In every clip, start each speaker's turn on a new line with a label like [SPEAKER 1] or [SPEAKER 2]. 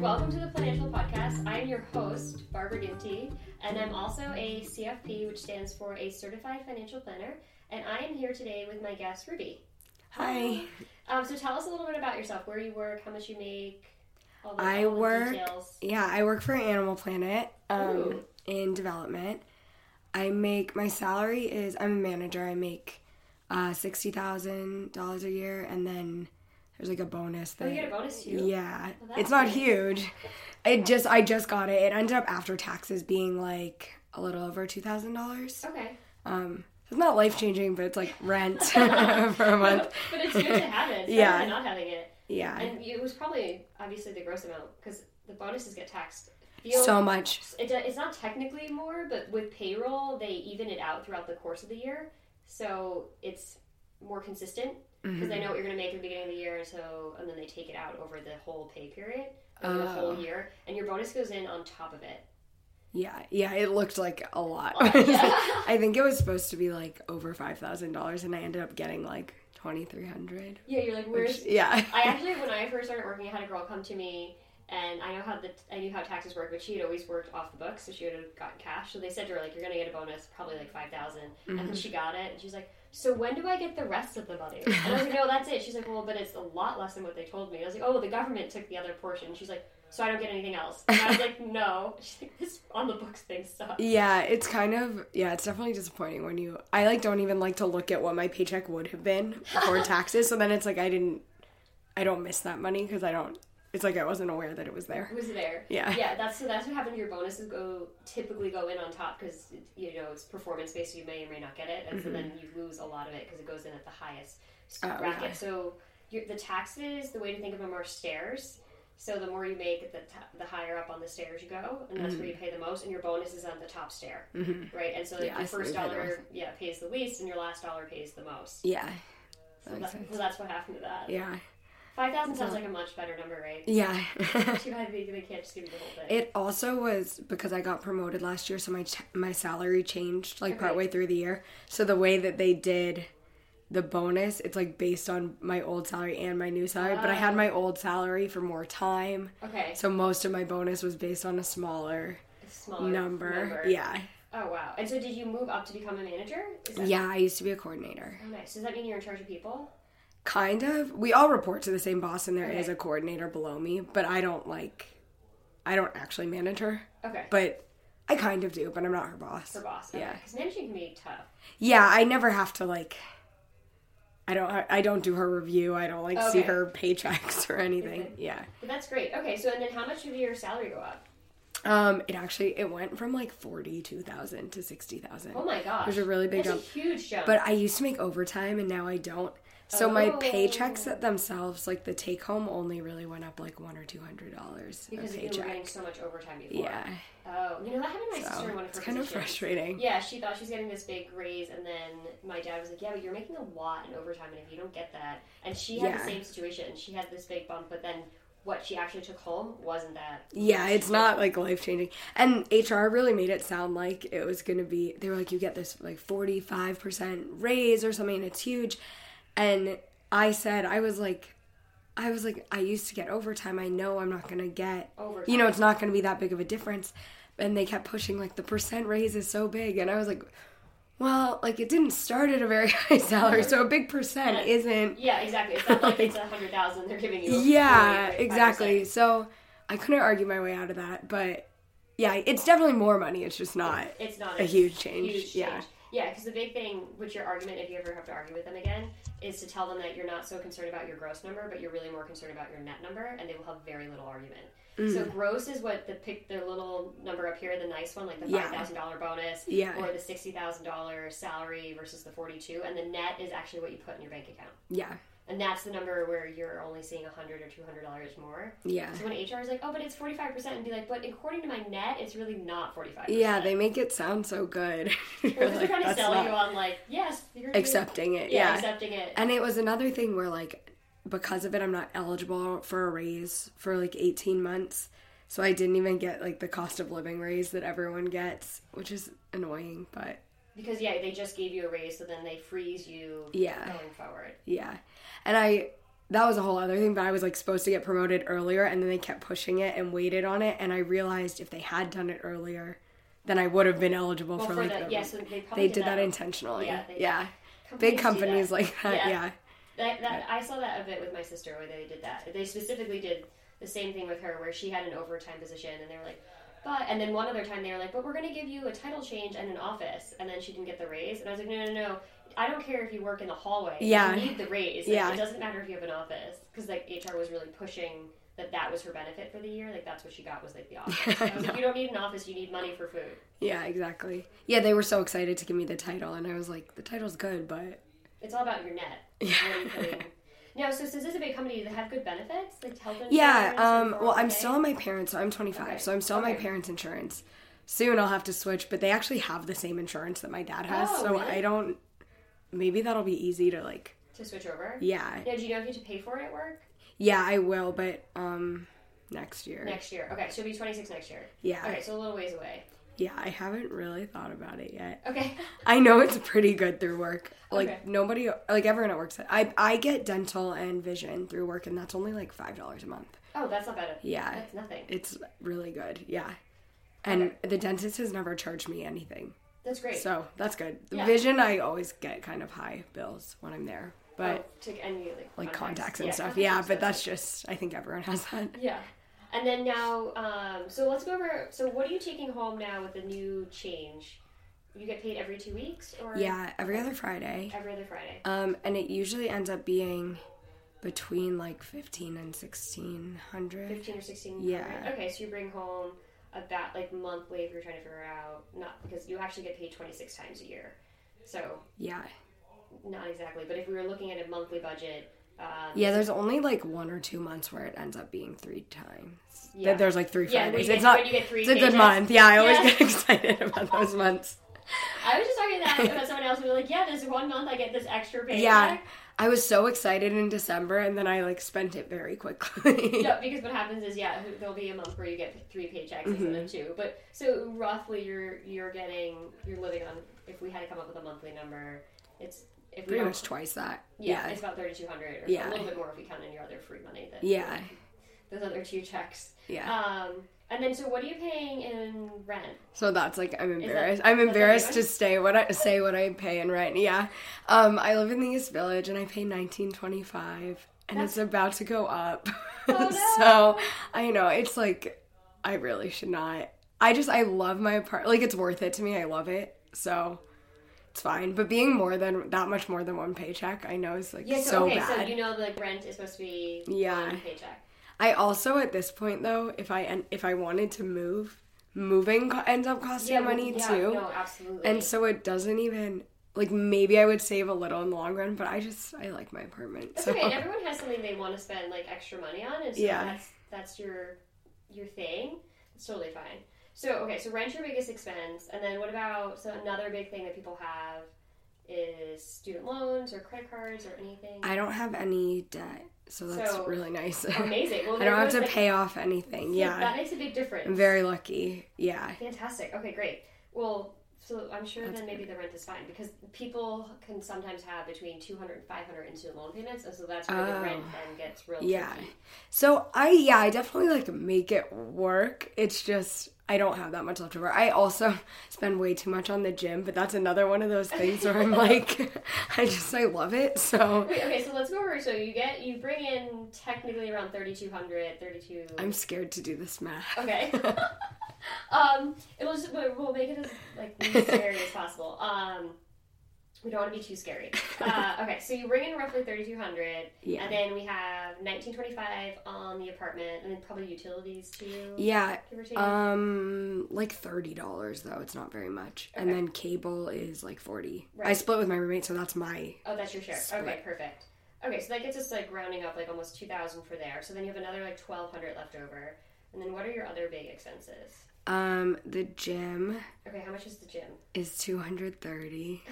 [SPEAKER 1] Welcome to the Financial Podcast. I am your host, Barbara Ginty, and I'm also a CFP, which stands for a Certified Financial Planner. And I am here today with my guest, Ruby.
[SPEAKER 2] Hi.
[SPEAKER 1] Um, so tell us a little bit about yourself, where you work, how much you make, all the,
[SPEAKER 2] I
[SPEAKER 1] all the
[SPEAKER 2] work-
[SPEAKER 1] details.
[SPEAKER 2] Yeah, I work for Animal Planet um,
[SPEAKER 1] Ooh.
[SPEAKER 2] in development. I make my salary is I'm a manager. I make uh, sixty thousand dollars a year, and then there's like a bonus.
[SPEAKER 1] Oh,
[SPEAKER 2] That,
[SPEAKER 1] you get a bonus too?
[SPEAKER 2] Yeah,
[SPEAKER 1] Well, that's
[SPEAKER 2] it's not
[SPEAKER 1] nice.
[SPEAKER 2] huge. It just I just got it. It ended up after taxes being like a little over two thousand dollars.
[SPEAKER 1] Okay.
[SPEAKER 2] Um, it's not life changing, but it's like rent for a month.
[SPEAKER 1] but it's good to have it. It's
[SPEAKER 2] Yeah.
[SPEAKER 1] better than not having it.
[SPEAKER 2] Yeah,
[SPEAKER 1] And it was probably obviously the gross amount because the bonuses get taxed. Feel-
[SPEAKER 2] so much.
[SPEAKER 1] It, do- it's not technically more, but with payroll, they even it out throughout the course of the year, so it's more consistent because they know what you're going to make at the beginning of the year, and so and then they take it out over the whole pay period, over the whole
[SPEAKER 2] Oh.
[SPEAKER 1] year, and your bonus goes in on top of it.
[SPEAKER 2] Yeah, yeah, it looked like a lot.
[SPEAKER 1] Oh, Yeah.
[SPEAKER 2] I think it was supposed to be like over five thousand dollars, and I ended up getting like twenty three hundred.
[SPEAKER 1] Yeah, you're like, where's?
[SPEAKER 2] Yeah,
[SPEAKER 1] I actually, when I first started working, I had a girl come to me, and I know how the I knew how taxes work, but she had always worked off the books, so she would have gotten cash. So they said to her like, you're going to get a bonus, probably like five and then she got it, and she's like, "So when do I get the rest of the money?" And I was like, "No, that's it." She's like, "Well, but it's a lot less than what they told me." I was like, "Oh, the government took the other portion." She's like, "So I don't get anything else?" And I was like, "No." She's like, "This on the books thing sucks."
[SPEAKER 2] yeah. It's kind of yeah. It's definitely disappointing when you. I like don't even like to look at what my paycheck would have been before taxes. So then it's like I didn't. I don't miss that money because I don't. It's like I wasn't aware that it was there.
[SPEAKER 1] It was there.
[SPEAKER 2] Yeah.
[SPEAKER 1] Yeah, that's so that's what happened. Your bonuses go typically go in on top because you know it's performance based. So you may or may not get it, and so then you lose a lot of it because it goes in at the highest
[SPEAKER 2] Mm-hmm. Oh,
[SPEAKER 1] bracket.
[SPEAKER 2] okay.
[SPEAKER 1] So your, the taxes, the way to think of them are stairs. So the more you make, the ta the higher up on the stairs you go, and that's where you pay the most. And your bonus is on the top stair, right? And so like,
[SPEAKER 2] Mm-hmm. Yeah,
[SPEAKER 1] your
[SPEAKER 2] so
[SPEAKER 1] first
[SPEAKER 2] we pay the
[SPEAKER 1] dollar, yeah, pays the least, and your last dollar pays the most.
[SPEAKER 2] Yeah.
[SPEAKER 1] So,
[SPEAKER 2] That
[SPEAKER 1] that-
[SPEAKER 2] makes sense.
[SPEAKER 1] so that's what happened to that.
[SPEAKER 2] Yeah.
[SPEAKER 1] Five thousand sounds like a much better number, right?
[SPEAKER 2] Yeah.
[SPEAKER 1] Too bad they, they can't just give you the whole thing.
[SPEAKER 2] It also was because I got promoted last year, so my ch- my salary changed like
[SPEAKER 1] Okay.
[SPEAKER 2] partway through the year. So the way that they did the bonus, it's like based on my old salary and my new salary. But I had my old salary for more time,
[SPEAKER 1] okay.
[SPEAKER 2] so most of my bonus was based on a smaller
[SPEAKER 1] smaller
[SPEAKER 2] number. Yeah,
[SPEAKER 1] Oh wow. And so did you move up to become a manager? Is that-
[SPEAKER 2] yeah. I used to be a coordinator.
[SPEAKER 1] Oh, nice. Does that mean you're in charge of people?
[SPEAKER 2] Kind of. We all report to the same boss, and there is
[SPEAKER 1] Okay.
[SPEAKER 2] a coordinator below me. But I don't like. I don't actually manage her,
[SPEAKER 1] Okay.
[SPEAKER 2] but I kind of do. But I'm not her boss.
[SPEAKER 1] for boss. Okay.
[SPEAKER 2] yeah.
[SPEAKER 1] Because managing can be tough.
[SPEAKER 2] Yeah, I never have to like. I don't. I don't do her review. I don't like see
[SPEAKER 1] Okay.
[SPEAKER 2] her paychecks or anything. Yeah.
[SPEAKER 1] But that's great. Okay. So and then how much did your salary go up?
[SPEAKER 2] Um. It actually it went from like forty two thousand to sixty thousand.
[SPEAKER 1] Oh my gosh.
[SPEAKER 2] It was a really big
[SPEAKER 1] That's
[SPEAKER 2] jump.
[SPEAKER 1] a huge jump.
[SPEAKER 2] But I used to make overtime and now I don't. So my
[SPEAKER 1] Oh.
[SPEAKER 2] paychecks themselves, like the take home, only really went up like one or two hundred dollars a
[SPEAKER 1] because you were getting
[SPEAKER 2] paycheck.
[SPEAKER 1] so much overtime before.
[SPEAKER 2] Yeah.
[SPEAKER 1] Oh, you know that happened to my sister in
[SPEAKER 2] So
[SPEAKER 1] one of her
[SPEAKER 2] it's kind of
[SPEAKER 1] positions.
[SPEAKER 2] frustrating.
[SPEAKER 1] Yeah, she thought she was getting this big raise, and then my dad was like, "Yeah, but you're making a lot in overtime, and if you don't get that," and she had the
[SPEAKER 2] Yeah.
[SPEAKER 1] same situation. She had this big bump, but then what she actually took home wasn't that.
[SPEAKER 2] Yeah, it's not like life changing. And HR really made it sound like it was going to be, they were like, you get this like 45% raise or something, and it's huge. And I said, I was like, I was like, I used to get overtime. I know I'm not going to get,
[SPEAKER 1] Overtime.
[SPEAKER 2] you know, it's not going to be that big of a difference. And they kept pushing, like, the percent raise is so big. And I was like, well, like, it didn't start at a very high salary. So a big percent isn't
[SPEAKER 1] Yeah, exactly. It's not like it's a hundred thousand they're giving you.
[SPEAKER 2] yeah
[SPEAKER 1] 45%.
[SPEAKER 2] exactly so i couldn't argue my way out of that but yeah it's definitely more money it's just not
[SPEAKER 1] It's not
[SPEAKER 2] a huge change
[SPEAKER 1] huge
[SPEAKER 2] yeah
[SPEAKER 1] Yeah, because the big thing with your argument, if you ever have to argue with them again, is to tell them that you're not so concerned about your gross number, but you're really more concerned about your net number, and they will have very little argument. So
[SPEAKER 2] Mm.
[SPEAKER 1] gross is what the pick the little number up here, the nice one, like the
[SPEAKER 2] Yeah.
[SPEAKER 1] five thousand dollar bonus,
[SPEAKER 2] Yeah.
[SPEAKER 1] or the sixty thousand dollar salary versus the forty two, and the net is actually what you put in your bank account,
[SPEAKER 2] Yeah.
[SPEAKER 1] and that's the number where you're only seeing a hundred or two hundred dollars more.
[SPEAKER 2] Yeah.
[SPEAKER 1] So when HR is like, oh, but it's forty five percent, and be like, but according to my net, it's really not forty five.
[SPEAKER 2] Yeah, they make it sound so good. You're
[SPEAKER 1] They're
[SPEAKER 2] like,
[SPEAKER 1] trying to
[SPEAKER 2] "That's
[SPEAKER 1] sell
[SPEAKER 2] not
[SPEAKER 1] you on like yes, you're
[SPEAKER 2] accepting it.
[SPEAKER 1] yeah,
[SPEAKER 2] Yeah.
[SPEAKER 1] accepting it.
[SPEAKER 2] And it was another thing where like because of it I'm not eligible for a raise for like 18 months. So I didn't even get like the cost of living raise that everyone gets, which is annoying, but
[SPEAKER 1] Because yeah, they just gave you a raise, so then they freeze you
[SPEAKER 2] Yeah.
[SPEAKER 1] going forward.
[SPEAKER 2] yeah. And I that was a whole other thing, but I was like supposed to get promoted earlier and then they kept pushing it and waited on it and I realized if they had done it earlier, then I would have been eligible
[SPEAKER 1] Well,
[SPEAKER 2] for,
[SPEAKER 1] for
[SPEAKER 2] like
[SPEAKER 1] the
[SPEAKER 2] the,
[SPEAKER 1] yeah, so they probably
[SPEAKER 2] they did that intentionally.
[SPEAKER 1] Yeah, they-
[SPEAKER 2] yeah. Big companies
[SPEAKER 1] do that.
[SPEAKER 2] like that,
[SPEAKER 1] Yeah.
[SPEAKER 2] yeah.
[SPEAKER 1] That, that I saw that a bit with my sister where they did that. They specifically did the same thing with her where she had an overtime position and they were like, but and then one other time they were like, but we're going to give you a title change and an office, and then she didn't get the raise. And I was like, no, no, no. I don't care if you work in the hallway.
[SPEAKER 2] Yeah.
[SPEAKER 1] you need the raise. Like,
[SPEAKER 2] Yeah.
[SPEAKER 1] it doesn't matter if you have an office because like HR was really pushing that that was her benefit for the year. Like that's what she got was like the office. I was like, you don't need an office. You need money for food.
[SPEAKER 2] Yeah, exactly. Yeah, they were so excited to give me the title, and I was like, the title's good, but
[SPEAKER 1] It's all about your net. What are you putting? No, so since this is a big company, do they have good benefits? Like health insurance?
[SPEAKER 2] yeah.
[SPEAKER 1] and
[SPEAKER 2] Um, well, I'm
[SPEAKER 1] 401k?
[SPEAKER 2] still on my parents. So I'm 25,
[SPEAKER 1] Okay.
[SPEAKER 2] so I'm still on my
[SPEAKER 1] Okay.
[SPEAKER 2] parents' insurance. Soon I'll have to switch, but they actually have the same insurance that my dad has,
[SPEAKER 1] Oh,
[SPEAKER 2] so
[SPEAKER 1] really?
[SPEAKER 2] I don't. Maybe that'll be easy to like.
[SPEAKER 1] to switch over.
[SPEAKER 2] Yeah,
[SPEAKER 1] Now, do you know if you have to pay for it at work
[SPEAKER 2] yeah, I will, but um, next year.
[SPEAKER 1] next year? Okay, she'll be 26 next year.
[SPEAKER 2] Yeah,
[SPEAKER 1] Okay, so a little ways away.
[SPEAKER 2] yeah, I haven't really thought about it yet.
[SPEAKER 1] Okay.
[SPEAKER 2] I know it's pretty good through work. Like
[SPEAKER 1] Okay.
[SPEAKER 2] nobody, like everyone at work said, I I get dental and vision through work, and that's only like five dollars a month.
[SPEAKER 1] Oh, that's not bad.
[SPEAKER 2] Yeah.
[SPEAKER 1] That's nothing.
[SPEAKER 2] It's really good, yeah. And the dentist has never charged me anything,
[SPEAKER 1] That's great. Oh,
[SPEAKER 2] so that's good. The
[SPEAKER 1] Yeah.
[SPEAKER 2] vision, I always get kind of high bills when I'm there,
[SPEAKER 1] oh,
[SPEAKER 2] but
[SPEAKER 1] to, and you, like,
[SPEAKER 2] like contacts and
[SPEAKER 1] Yeah,
[SPEAKER 2] stuff,
[SPEAKER 1] contacts
[SPEAKER 2] yeah.
[SPEAKER 1] and
[SPEAKER 2] But
[SPEAKER 1] stuff.
[SPEAKER 2] that's just, I think everyone has that.
[SPEAKER 1] Yeah. And then now, um, so let's go over. So, what are you taking home now with the new change? You get paid every two weeks, or
[SPEAKER 2] Yeah, every other Friday,
[SPEAKER 1] every other Friday.
[SPEAKER 2] um, and it usually ends up being between like fifteen and sixteen hundred.
[SPEAKER 1] 15 or 16
[SPEAKER 2] Yeah.
[SPEAKER 1] hundred? okay so you bring home about like monthly if you're trying to figure out not because you actually get paid 26 times a year so
[SPEAKER 2] Yeah,
[SPEAKER 1] not exactly but if we were looking at a monthly budget um,
[SPEAKER 2] yeah. There's only like one or two months where it ends up being three times.
[SPEAKER 1] Yeah.
[SPEAKER 2] Yeah. There's like three
[SPEAKER 1] yeah, when you
[SPEAKER 2] Fridays.
[SPEAKER 1] get,
[SPEAKER 2] it's not.
[SPEAKER 1] when you get three
[SPEAKER 2] It's a good
[SPEAKER 1] paychecks.
[SPEAKER 2] month. Yeah, I always
[SPEAKER 1] Yeah.
[SPEAKER 2] get excited about those months.
[SPEAKER 1] I was just talking that about someone else who was like, "Yeah, this one month I get this extra paycheck."
[SPEAKER 2] Yeah. I was so excited in December and then I like spent it very quickly.
[SPEAKER 1] No, because what happens is, yeah, there'll be a month where you get three paychecks instead
[SPEAKER 2] Mm-hmm.
[SPEAKER 1] of two. But so roughly, you're you're getting you're living on. If we had to come up with a monthly number, it's if we
[SPEAKER 2] Pretty
[SPEAKER 1] don't-
[SPEAKER 2] much twice that.
[SPEAKER 1] Yeah,
[SPEAKER 2] Yeah.
[SPEAKER 1] it's about thirty two hundred, or
[SPEAKER 2] Yeah.
[SPEAKER 1] a little bit more if you count in your other free money. That,
[SPEAKER 2] Yeah.
[SPEAKER 1] those other two checks.
[SPEAKER 2] Yeah.
[SPEAKER 1] Um, and then so what are you paying in rent?
[SPEAKER 2] So that's like I'm
[SPEAKER 1] that-
[SPEAKER 2] embarrassed. I'm
[SPEAKER 1] that's
[SPEAKER 2] embarrassed to
[SPEAKER 1] everyone?
[SPEAKER 2] say what I say what I pay in rent. Yeah. Um I live in the East Village and I pay 1925 and it's about to go up.
[SPEAKER 1] Oh, no.
[SPEAKER 2] so I know it's like I really should not. I just I love my apartment. Like it's worth it to me. I love it. So it's fine. But being more than that much more than one paycheck, I know is like
[SPEAKER 1] Yeah, so,
[SPEAKER 2] so
[SPEAKER 1] okay,
[SPEAKER 2] bad.
[SPEAKER 1] so you know like rent is supposed to be
[SPEAKER 2] Yeah.
[SPEAKER 1] one paycheck.
[SPEAKER 2] I also at this point though, if I en- if I wanted to move, moving co- ends up costing
[SPEAKER 1] Yeah,
[SPEAKER 2] money
[SPEAKER 1] yeah,
[SPEAKER 2] too,
[SPEAKER 1] No, absolutely.
[SPEAKER 2] and so it doesn't even like maybe I would save a little in the long run, but I just I like my apartment.
[SPEAKER 1] that's
[SPEAKER 2] so
[SPEAKER 1] okay. And everyone has something they want to spend like extra money on, and so
[SPEAKER 2] Yeah.
[SPEAKER 1] that's that's your your thing. It's totally fine. So okay, so rent's your biggest expense, and then what about so another big thing that people have is student loans or credit cards or anything.
[SPEAKER 2] I don't have any debt, so that's
[SPEAKER 1] So-
[SPEAKER 2] really nice.
[SPEAKER 1] Amazing. Well,
[SPEAKER 2] I don't have to
[SPEAKER 1] like,
[SPEAKER 2] pay off anything.
[SPEAKER 1] Yeah.
[SPEAKER 2] Yeah,
[SPEAKER 1] that makes a big difference.
[SPEAKER 2] I'm very lucky. Yeah,
[SPEAKER 1] Fantastic. Okay, great. Well, so I'm sure
[SPEAKER 2] That's
[SPEAKER 1] then maybe the rent is fine because people can sometimes have between 200 and 500 in student loan payments, and so that's where the
[SPEAKER 2] Oh.
[SPEAKER 1] rent then gets real
[SPEAKER 2] yeah.
[SPEAKER 1] tricky.
[SPEAKER 2] So I yeah I definitely like make it work. It's just. I don't have that much left over. I also spend way too much on the gym, but that's another one of those things where I'm like, I just I love it. So
[SPEAKER 1] Wait, okay, so let's go over. So you get you bring in technically around 3,200, 32.
[SPEAKER 2] I'm scared to do this math.
[SPEAKER 1] okay. Um, it was we'll make it as like least scary as possible. Um, we don't want to be too scary. Uh, okay, so you ring in roughly thirty two hundred,
[SPEAKER 2] Yeah.
[SPEAKER 1] and then we have nineteen twenty five on the apartment, and then probably utilities too.
[SPEAKER 2] Yeah.
[SPEAKER 1] give or take.
[SPEAKER 2] Um, like thirty dollars though. It's not very much. And
[SPEAKER 1] Okay.
[SPEAKER 2] then cable is like forty. I
[SPEAKER 1] Right.
[SPEAKER 2] split with my roommate, so that's my
[SPEAKER 1] oh, that's your share. Okay,
[SPEAKER 2] split.
[SPEAKER 1] perfect. Okay, so that gets us like rounding up like almost two thousand for there. So then you have another like twelve hundred left over, and then what are your other big expenses?
[SPEAKER 2] um. The gym
[SPEAKER 1] Okay, how much is the gym?
[SPEAKER 2] is two hundred thirty.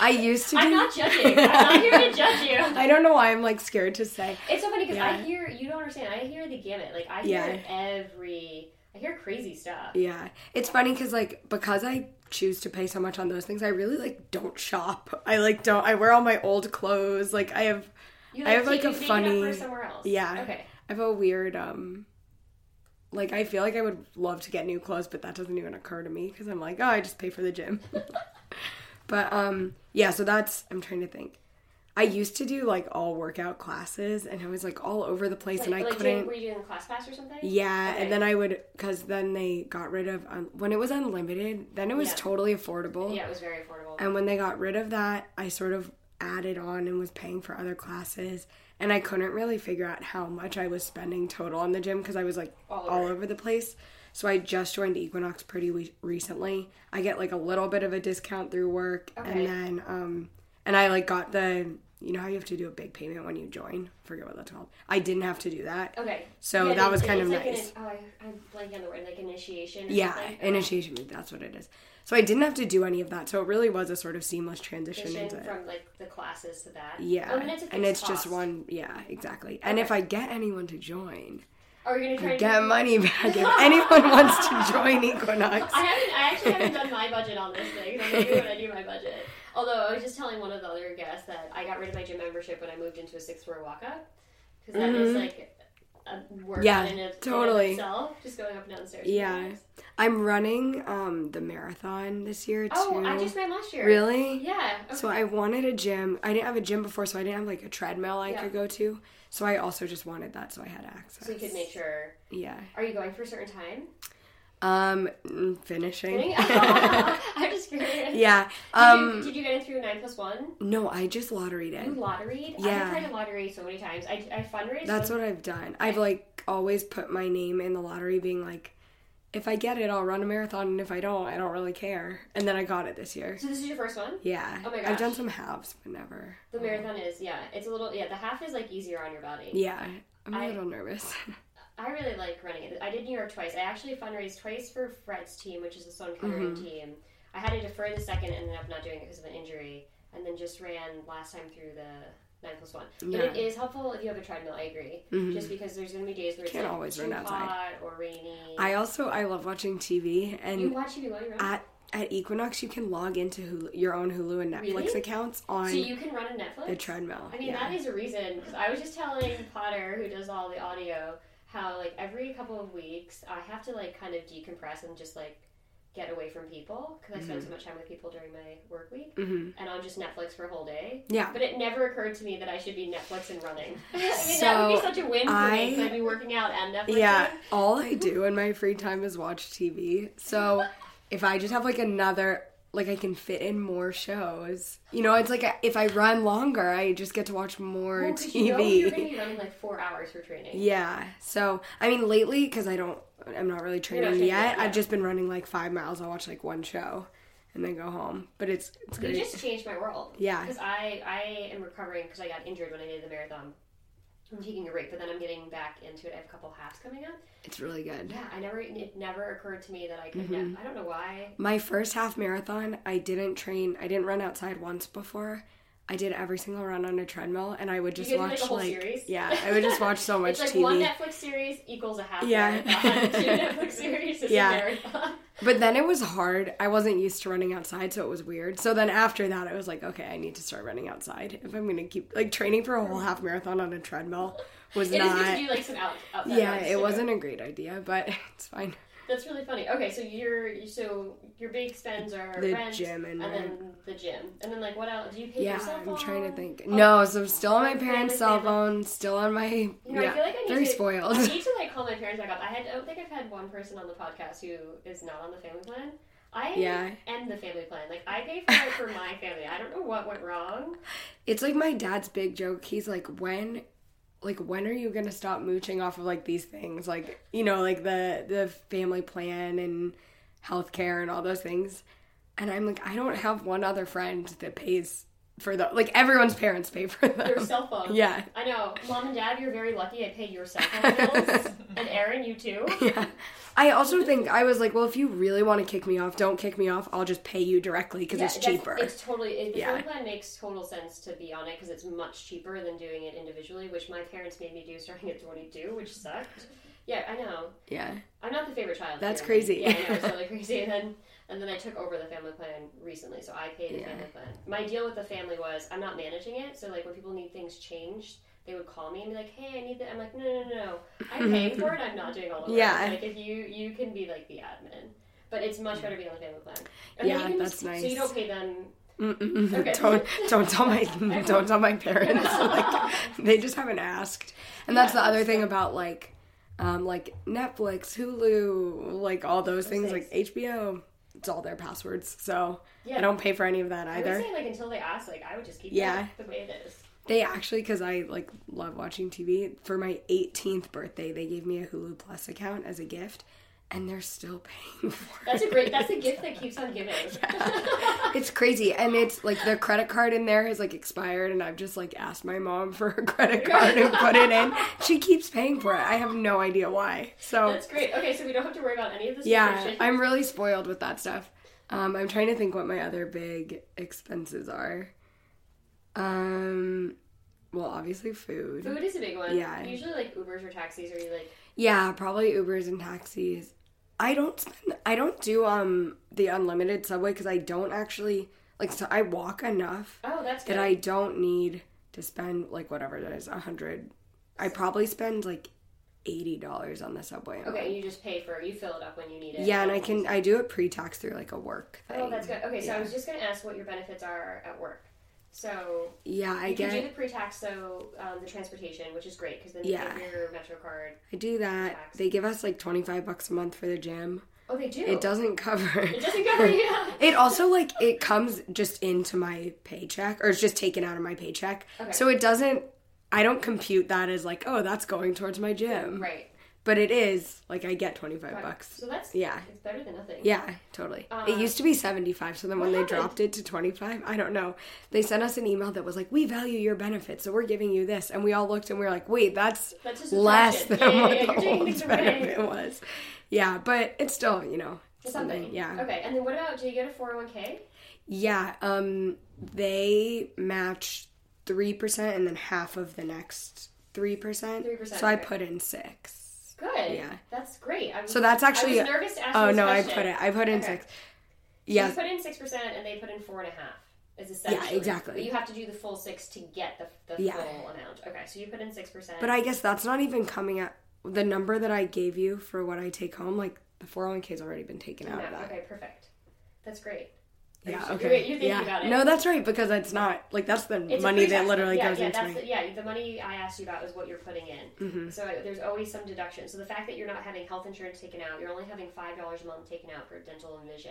[SPEAKER 2] I used to.
[SPEAKER 1] I'm
[SPEAKER 2] do-
[SPEAKER 1] not judging. I'm not here to judge you.
[SPEAKER 2] I don't know why I'm like scared to say.
[SPEAKER 1] It's so funny because I
[SPEAKER 2] Yeah.
[SPEAKER 1] hear you don't understand. I hear the gamut. Like I hear
[SPEAKER 2] Yeah.
[SPEAKER 1] every. I hear crazy stuff.
[SPEAKER 2] Yeah, it's funny because like because I choose to pay so much on those things, I really like don't shop. I like don't. I wear all my old clothes. Like I have,
[SPEAKER 1] You
[SPEAKER 2] I have, like,
[SPEAKER 1] take- you
[SPEAKER 2] a
[SPEAKER 1] dig it up for
[SPEAKER 2] funny-
[SPEAKER 1] somewhere else.
[SPEAKER 2] yeah.
[SPEAKER 1] Okay.
[SPEAKER 2] I have a weird um. Like I feel like I would love to get new clothes, but that doesn't even occur to me because I'm like, oh, I just pay for the gym. but um, yeah. So that's I'm trying to think. I used to do like all workout classes, and I was like all over the place,
[SPEAKER 1] Like,
[SPEAKER 2] and I
[SPEAKER 1] like,
[SPEAKER 2] couldn't.
[SPEAKER 1] Doing, were you doing class pass or something?
[SPEAKER 2] Yeah,
[SPEAKER 1] Okay.
[SPEAKER 2] and then I would because then they got rid of um, when it was unlimited. Then it was
[SPEAKER 1] Yeah.
[SPEAKER 2] totally affordable,
[SPEAKER 1] Yeah, it was very affordable.
[SPEAKER 2] and when they got rid of that, I sort of added on and was paying for other classes, and I couldn't really figure out how much I was spending total on the gym because I was like
[SPEAKER 1] All
[SPEAKER 2] all,
[SPEAKER 1] over.
[SPEAKER 2] over the place. So I just joined Equinox pretty we- recently. I get like a little bit of a discount through work,
[SPEAKER 1] Okay.
[SPEAKER 2] and then um, and I like got the you know how you have to do a big payment when you join. forget what that's called. I didn't have to do that.
[SPEAKER 1] okay.
[SPEAKER 2] So
[SPEAKER 1] Yeah,
[SPEAKER 2] that was
[SPEAKER 1] it's-
[SPEAKER 2] kind of
[SPEAKER 1] it's like an-
[SPEAKER 2] nice.
[SPEAKER 1] oh, I, I'm blanking on the word. Like initiation. Or
[SPEAKER 2] Yeah,
[SPEAKER 1] something? Okay.
[SPEAKER 2] initiation week. That's what it is. So I didn't have to do any of that. So it really was a sort of seamless transition
[SPEAKER 1] Initiation
[SPEAKER 2] into it.
[SPEAKER 1] from like the classes to that.
[SPEAKER 2] Yeah,
[SPEAKER 1] Oh, and it's, a
[SPEAKER 2] and it's
[SPEAKER 1] fixed
[SPEAKER 2] just
[SPEAKER 1] cost.
[SPEAKER 2] one. Yeah, exactly. And if I get anyone to join,
[SPEAKER 1] Are we gonna try?
[SPEAKER 2] I
[SPEAKER 1] and
[SPEAKER 2] get
[SPEAKER 1] do-
[SPEAKER 2] money back. If anyone wants to join Equinox,
[SPEAKER 1] I haven't. I actually haven't done my budget on this thing. so I'm gonna do when I do my budget. Although I was just telling one of the other guests that I got rid of my gym membership when I moved into a sixth floor walk up because that was
[SPEAKER 2] Mhm.
[SPEAKER 1] like a work
[SPEAKER 2] Yeah,
[SPEAKER 1] in, it, in
[SPEAKER 2] totally.
[SPEAKER 1] of itself. Just going up and downstairs.
[SPEAKER 2] Yeah. I'm running um the marathon this year too.
[SPEAKER 1] Oh, I just ran last year.
[SPEAKER 2] really.
[SPEAKER 1] Yeah. Okay.
[SPEAKER 2] So I wanted a gym. I didn't have a gym before, so I didn't have like a treadmill I
[SPEAKER 1] Yeah.
[SPEAKER 2] could go to. So I also just wanted that, so I had access.
[SPEAKER 1] So you could make sure.
[SPEAKER 2] Yeah.
[SPEAKER 1] Are you going for a certain time?
[SPEAKER 2] Um, mm, finishing.
[SPEAKER 1] I'm just curious.
[SPEAKER 2] yeah.
[SPEAKER 1] Did,
[SPEAKER 2] Um.
[SPEAKER 1] you, did you get in through nine plus one?
[SPEAKER 2] No, I just lotteried
[SPEAKER 1] You
[SPEAKER 2] it.
[SPEAKER 1] lotteried?
[SPEAKER 2] Yeah.
[SPEAKER 1] I've tried to lottery so many times. I, I fundraised.
[SPEAKER 2] That's
[SPEAKER 1] one-
[SPEAKER 2] what I've done. I've like always put my name in the lottery, being like, if I get it, I'll run a marathon, and if I don't, I don't really care. And then I got it this year.
[SPEAKER 1] So this is your first one?
[SPEAKER 2] Yeah.
[SPEAKER 1] Oh my
[SPEAKER 2] I've done
[SPEAKER 1] gosh.
[SPEAKER 2] some halves, but never.
[SPEAKER 1] The marathon is, yeah. It's a little, yeah. The half is like easier on your body.
[SPEAKER 2] Um, Yeah. I'm a
[SPEAKER 1] I-
[SPEAKER 2] little nervous.
[SPEAKER 1] I really like running it. I did New York twice. I actually fundraised twice for Fred's team, which is the Sloan Kettering
[SPEAKER 2] Mm-hmm.
[SPEAKER 1] team. I had to defer the second and ended up not doing it because of an injury, and then just ran last time through the nine plus one. But it
[SPEAKER 2] Yeah.
[SPEAKER 1] is helpful if you have a treadmill. I agree,
[SPEAKER 2] Mhm.
[SPEAKER 1] just because there's going to be days where it's
[SPEAKER 2] Can't
[SPEAKER 1] like,
[SPEAKER 2] always
[SPEAKER 1] too
[SPEAKER 2] run outside.
[SPEAKER 1] hot or rainy.
[SPEAKER 2] I also I love watching TV,
[SPEAKER 1] you
[SPEAKER 2] and
[SPEAKER 1] watch TV while you run,
[SPEAKER 2] at at Equinox you can log into Hulu, your own Hulu and Netflix
[SPEAKER 1] Really?
[SPEAKER 2] accounts on
[SPEAKER 1] so you can run on Netflix.
[SPEAKER 2] the treadmill.
[SPEAKER 1] I mean,
[SPEAKER 2] yeah.
[SPEAKER 1] that is a reason. Because I was just telling Potter, who does all the audio, how like every couple of weeks I have to like kind of decompress and just like get away from people because I
[SPEAKER 2] Mm-hmm.
[SPEAKER 1] spend so much time with people during my work week
[SPEAKER 2] hmm
[SPEAKER 1] and on just Netflix for a whole day.
[SPEAKER 2] Yeah.
[SPEAKER 1] But it never occurred to me that I should be Netflix and running. I mean, that would be
[SPEAKER 2] So,
[SPEAKER 1] such a win for me because
[SPEAKER 2] I-
[SPEAKER 1] I'd be working out and Netflix.
[SPEAKER 2] Yeah, all
[SPEAKER 1] Mm-hmm.
[SPEAKER 2] I do in my free time is watch TV. So if I just have like another, like I can fit in more shows. You know, it's like I- if I run longer, I just get to watch more
[SPEAKER 1] Well, 'cause
[SPEAKER 2] TV.
[SPEAKER 1] you know you're going to be running like four hours for training.
[SPEAKER 2] yeah. So I mean, lately because I don't, I'm not really training
[SPEAKER 1] training,
[SPEAKER 2] yet.
[SPEAKER 1] yeah.
[SPEAKER 2] I've just been running like five miles. I will watch like one show, and then go home. But it's it's
[SPEAKER 1] You
[SPEAKER 2] great.
[SPEAKER 1] just changed my world.
[SPEAKER 2] Yeah.
[SPEAKER 1] Because I, I am recovering because I got injured when I did the marathon. I'm taking a break, but then I'm getting back into it. I have a couple halves coming up.
[SPEAKER 2] it's really good.
[SPEAKER 1] Yeah, I never. It never occurred to me that I could.
[SPEAKER 2] Mm-hmm.
[SPEAKER 1] ne- I don't know why.
[SPEAKER 2] My first half marathon, I didn't train. I didn't run outside once before. I did every single run on a treadmill, and I would just
[SPEAKER 1] could do, like,
[SPEAKER 2] watch
[SPEAKER 1] a
[SPEAKER 2] like,
[SPEAKER 1] whole series?
[SPEAKER 2] yeah, I would just watch so
[SPEAKER 1] It's
[SPEAKER 2] much
[SPEAKER 1] like
[SPEAKER 2] TV.
[SPEAKER 1] one e- Netflix series equals a half
[SPEAKER 2] Yeah.
[SPEAKER 1] marathon. Two Netflix series is
[SPEAKER 2] Yeah.
[SPEAKER 1] a marathon.
[SPEAKER 2] But then it was hard. I wasn't used to running outside, so it was weird. So then after that, I was like, okay, I need to start running outside if I'm gonna keep like training for a whole half marathon on a treadmill was
[SPEAKER 1] It is good to
[SPEAKER 2] not.
[SPEAKER 1] do like some out. outside
[SPEAKER 2] yeah,
[SPEAKER 1] runs,
[SPEAKER 2] it
[SPEAKER 1] too.
[SPEAKER 2] wasn't a great idea, but it's fine.
[SPEAKER 1] That's really funny. Okay, so your so your big spends are
[SPEAKER 2] The
[SPEAKER 1] rent,
[SPEAKER 2] gym
[SPEAKER 1] and
[SPEAKER 2] and rent.
[SPEAKER 1] then the gym, and then like what else? Do you pay
[SPEAKER 2] Yeah,
[SPEAKER 1] your cell
[SPEAKER 2] I'm trying to
[SPEAKER 1] phone?
[SPEAKER 2] think.
[SPEAKER 1] Oh,
[SPEAKER 2] No, so I'm still on my
[SPEAKER 1] Family,
[SPEAKER 2] parents' cell
[SPEAKER 1] family.
[SPEAKER 2] phone, still on my
[SPEAKER 1] You know,
[SPEAKER 2] yeah,
[SPEAKER 1] I feel like I need
[SPEAKER 2] very
[SPEAKER 1] to,
[SPEAKER 2] spoiled.
[SPEAKER 1] I need to like call my parents back up. I had I don't think I've had one person on the podcast who is not on the family plan. I
[SPEAKER 2] Yeah.
[SPEAKER 1] am the family plan. Like I pay for it for my family. I don't know what went wrong.
[SPEAKER 2] It's like my dad's big joke. He's like, when, like, when are you gonna stop mooching off of like these things, like you know, like the the family plan and healthcare and all those things? And I'm like, I don't have one other friend that pays for the like everyone's parents pay for
[SPEAKER 1] Your
[SPEAKER 2] them.
[SPEAKER 1] cell phone.
[SPEAKER 2] Yeah,
[SPEAKER 1] I know. Mom and Dad, you're very lucky I pay your cell phone bills. and Aaron, you too.
[SPEAKER 2] yeah. I also think I was like, well, if you really want to kick me off, don't kick me off. I'll just pay you directly because
[SPEAKER 1] Yeah,
[SPEAKER 2] it's
[SPEAKER 1] that's-
[SPEAKER 2] cheaper.
[SPEAKER 1] It's totally it, the
[SPEAKER 2] Yeah.
[SPEAKER 1] family plan makes total sense to be on it because it's much cheaper than doing it individually, which my parents made me do starting at 22, which sucked. Yeah, I know.
[SPEAKER 2] yeah.
[SPEAKER 1] I'm not the favorite child.
[SPEAKER 2] That's
[SPEAKER 1] here.
[SPEAKER 2] crazy.
[SPEAKER 1] Yeah, I know, it's really crazy. And then, and then I took over the family plan recently, so I paid the
[SPEAKER 2] Yeah.
[SPEAKER 1] family plan. My deal with the family was I'm not managing it, so like when people need things changed, they would call me and be like, "Hey, I need that." I'm like, "No, no, no, no. I'm paying for it. I'm not doing all of
[SPEAKER 2] Mm-hmm. Yeah.
[SPEAKER 1] it. Like if you you can be like the admin, but it's much better being on the family plan. then
[SPEAKER 2] Yeah,
[SPEAKER 1] you can
[SPEAKER 2] that's
[SPEAKER 1] just, So you
[SPEAKER 2] nice.
[SPEAKER 1] don't pay them.
[SPEAKER 2] Mm-mm.
[SPEAKER 1] Okay.
[SPEAKER 2] Don't don't tell my don't tell my parents. like they just haven't asked. And that's
[SPEAKER 1] Yeah,
[SPEAKER 2] the other
[SPEAKER 1] that's
[SPEAKER 2] thing about like um like Netflix, Hulu, like all those things, like HBO. It's all their passwords. So
[SPEAKER 1] Yeah.
[SPEAKER 2] I don't pay for any of that
[SPEAKER 1] I would
[SPEAKER 2] either.
[SPEAKER 1] say like until they ask, like I would just keep
[SPEAKER 2] Yeah.
[SPEAKER 1] it the way it is.
[SPEAKER 2] They actually cuz I like love watching TV, for my 18th birthday, they gave me a Hulu Plus account as a gift and they're still paying for it.
[SPEAKER 1] That's a great. That's a gift that keeps on giving.
[SPEAKER 2] It's crazy, and it's like the credit card in there has like expired, and I've just like asked my mom for a credit card and put it in. She keeps paying for it. I have no idea why. So
[SPEAKER 1] That's great. Okay, so we don't have to worry about any of this.
[SPEAKER 2] yeah,
[SPEAKER 1] subscription.
[SPEAKER 2] I'm really spoiled with that stuff. Um, I'm trying to think what my other big expenses are. Um, well, obviously food.
[SPEAKER 1] Food is a big one.
[SPEAKER 2] Yeah.
[SPEAKER 1] Usually, like Ubers or taxis, or you like
[SPEAKER 2] Yeah, probably Ubers and taxis. I don't spend. I don't do um the unlimited subway because I don't actually like. So I walk enough.
[SPEAKER 1] oh, that's good.
[SPEAKER 2] that I don't need to spend like whatever it is, a hundred. I probably spend like eighty dollars on the subway. a
[SPEAKER 1] okay,
[SPEAKER 2] month.
[SPEAKER 1] you just pay for it. You fill it up when you need it.
[SPEAKER 2] Yeah, and I can I do it pre-tax through like a work thing.
[SPEAKER 1] Oh, that's good. Okay, so I
[SPEAKER 2] Yeah.
[SPEAKER 1] was just gonna ask what your benefits are at work. So
[SPEAKER 2] Yeah, I
[SPEAKER 1] you can do
[SPEAKER 2] get.
[SPEAKER 1] the pre-tax, so um, the transportation, which is great because then
[SPEAKER 2] Yeah.
[SPEAKER 1] you get your Metro card.
[SPEAKER 2] I do that.
[SPEAKER 1] Tax.
[SPEAKER 2] They give us like twenty five bucks a month for the gym.
[SPEAKER 1] Oh, they do.
[SPEAKER 2] It doesn't cover.
[SPEAKER 1] It doesn't cover you.
[SPEAKER 2] It also like it comes just into my paycheck or it's just taken out of my paycheck.
[SPEAKER 1] Okay.
[SPEAKER 2] So it doesn't I don't compute that as like, oh, that's going towards my gym.
[SPEAKER 1] right.
[SPEAKER 2] But it is like I get 25 bucks.
[SPEAKER 1] So that's
[SPEAKER 2] Yeah.
[SPEAKER 1] It's better than nothing.
[SPEAKER 2] Yeah, totally. it used to be 75, so then when
[SPEAKER 1] what
[SPEAKER 2] they
[SPEAKER 1] happened?
[SPEAKER 2] dropped it to 25, I don't know. They sent us an email that was like, "We value your benefits, so we're giving you this." And we all looked and we were like, "Wait, that's,
[SPEAKER 1] That's just a
[SPEAKER 2] less
[SPEAKER 1] fraction.
[SPEAKER 2] than
[SPEAKER 1] Yeah, yeah,
[SPEAKER 2] what
[SPEAKER 1] yeah, you're
[SPEAKER 2] the
[SPEAKER 1] taking
[SPEAKER 2] old
[SPEAKER 1] things away.
[SPEAKER 2] benefit was." Yeah, but it's still, you know,
[SPEAKER 1] Something.
[SPEAKER 2] something. Yeah.
[SPEAKER 1] Okay, and then what about? Do you get a four hundred one k?
[SPEAKER 2] Yeah, um they match 3% and then half of the next 3%.
[SPEAKER 1] 3%,
[SPEAKER 2] So I
[SPEAKER 1] okay.
[SPEAKER 2] put in 6.
[SPEAKER 1] Good.
[SPEAKER 2] Yeah.
[SPEAKER 1] That's great. I'm,
[SPEAKER 2] So that's actually
[SPEAKER 1] I was nervous to ask
[SPEAKER 2] Oh
[SPEAKER 1] this
[SPEAKER 2] no, I
[SPEAKER 1] question.
[SPEAKER 2] put it. I put in
[SPEAKER 1] Okay.
[SPEAKER 2] 6.
[SPEAKER 1] Yeah.
[SPEAKER 2] Yeah,
[SPEAKER 1] You put in six percent, and they put in four and a half. Is essentially.
[SPEAKER 2] exactly.
[SPEAKER 1] But you have to do the full six to get the, the
[SPEAKER 2] Yeah.
[SPEAKER 1] full amount. Okay, so you put in six percent.
[SPEAKER 2] But I guess that's not even coming out. The number that I gave you for what I take home, like the 401k's already been taken out of that.
[SPEAKER 1] okay, perfect. That's great.
[SPEAKER 2] Yeah,
[SPEAKER 1] You're-
[SPEAKER 2] okay.
[SPEAKER 1] you're thinking
[SPEAKER 2] yeah.
[SPEAKER 1] about it.
[SPEAKER 2] No, that's right because it's not like that's the
[SPEAKER 1] It's a
[SPEAKER 2] money that
[SPEAKER 1] pre-tax.
[SPEAKER 2] literally
[SPEAKER 1] yeah,
[SPEAKER 2] goes
[SPEAKER 1] yeah,
[SPEAKER 2] into Mm-hmm.
[SPEAKER 1] that's
[SPEAKER 2] my.
[SPEAKER 1] The, yeah, the money I asked you about is what you're putting in. So I, there's always some deduction. So the fact that you're not having health insurance taken out, you're only having five dollars a month taken out for dental and vision,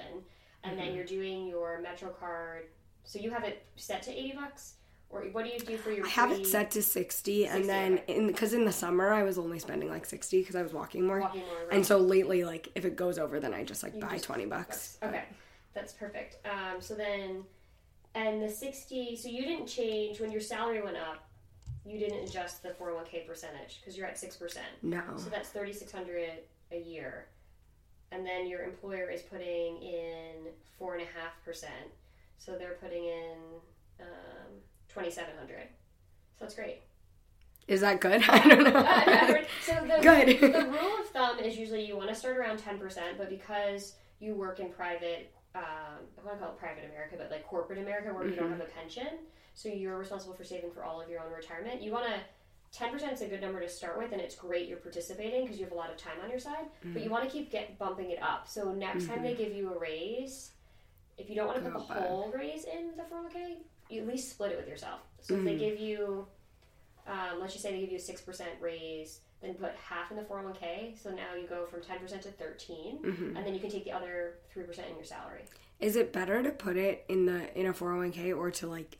[SPEAKER 1] and
[SPEAKER 2] Mm-hmm.
[SPEAKER 1] then you're doing your Metro card. So you have it set to eighty bucks, or what do you do for your?
[SPEAKER 2] I have
[SPEAKER 1] pre-
[SPEAKER 2] it set to 60, and
[SPEAKER 1] 60,
[SPEAKER 2] then
[SPEAKER 1] okay.
[SPEAKER 2] in because in the summer I was only spending like 60 because I was walking more.
[SPEAKER 1] Walking more, right.
[SPEAKER 2] And so lately, like if it goes over, then I just like
[SPEAKER 1] You
[SPEAKER 2] buy
[SPEAKER 1] just-
[SPEAKER 2] 20 bucks.
[SPEAKER 1] Okay, that's perfect. Um, so then, and the sixty. So you didn't change when your salary went up. You didn't adjust the four hundred one k percentage because you're at six percent.
[SPEAKER 2] No.
[SPEAKER 1] So that's thirty six hundred a year, and then your employer is putting in four and a half percent. So they're putting in um, twenty seven hundred. So that's great.
[SPEAKER 2] Is that good? I don't know.
[SPEAKER 1] Uh, no, everyone- so the,
[SPEAKER 2] Good.
[SPEAKER 1] the rule of thumb is usually you want to start around 10%, but because you work in private, um, I want to call it private America, but like
[SPEAKER 2] Mm-hmm.
[SPEAKER 1] corporate America where you don't have a pension, so you're responsible for saving for all of your own retirement, you want to 10% is a good number to start with and it's great you're participating because you have a lot of time on your side but you want to keep get bumping it up so next time they give you a raise if you don't want to put
[SPEAKER 2] Go
[SPEAKER 1] the
[SPEAKER 2] above.
[SPEAKER 1] whole raise in the 401k you at least split it with yourself so if they give you um, let's just say they give you a 6% raise then put half in the 401k so now you go from 10% to 13 and then you can take the other 3% in your salary
[SPEAKER 2] Is it better to put it in the in a 401k or to like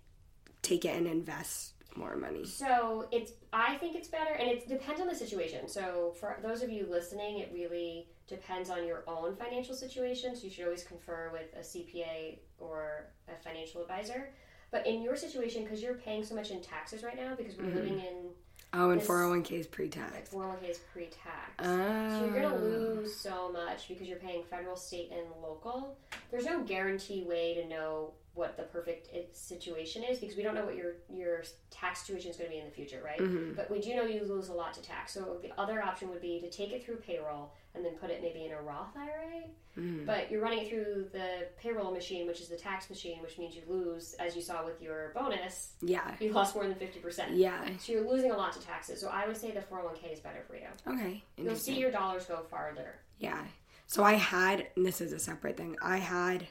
[SPEAKER 2] take it and invest more money?
[SPEAKER 1] So it's I think it's better, and it depends on the situation. So for those of you listening, it really depends on your own financial situation. So you should always confer with a CPA or a financial advisor. But in your situation, because you're paying so much in taxes right now, because we're living in
[SPEAKER 2] Oh, and
[SPEAKER 1] This-
[SPEAKER 2] 401k is
[SPEAKER 1] like
[SPEAKER 2] pre-tax.
[SPEAKER 1] 401k is pre-tax.
[SPEAKER 2] Ah.
[SPEAKER 1] So you're gonna
[SPEAKER 2] Oh.
[SPEAKER 1] lose so much because you're paying federal, state, and local. There's no guarantee way to know what the perfect i- situation is because we don't know what your your tax situation is going to be in the future, right?
[SPEAKER 2] Mm-hmm.
[SPEAKER 1] But we do know you lose a lot to tax. So the other option would be to take it through payroll and then put it maybe in a Roth IRA.
[SPEAKER 2] Hmm.
[SPEAKER 1] But you're running it through the payroll machine, which is the tax machine, which means you lose, as you saw with your bonus,
[SPEAKER 2] Yeah.
[SPEAKER 1] you lost more than fifty percent.
[SPEAKER 2] Yeah.
[SPEAKER 1] So you're losing a lot to taxes. So I would say the 401k is better for you.
[SPEAKER 2] Okay.
[SPEAKER 1] You'll see your dollars go farther.
[SPEAKER 2] Yeah. So I had, and this is a separate thing, I had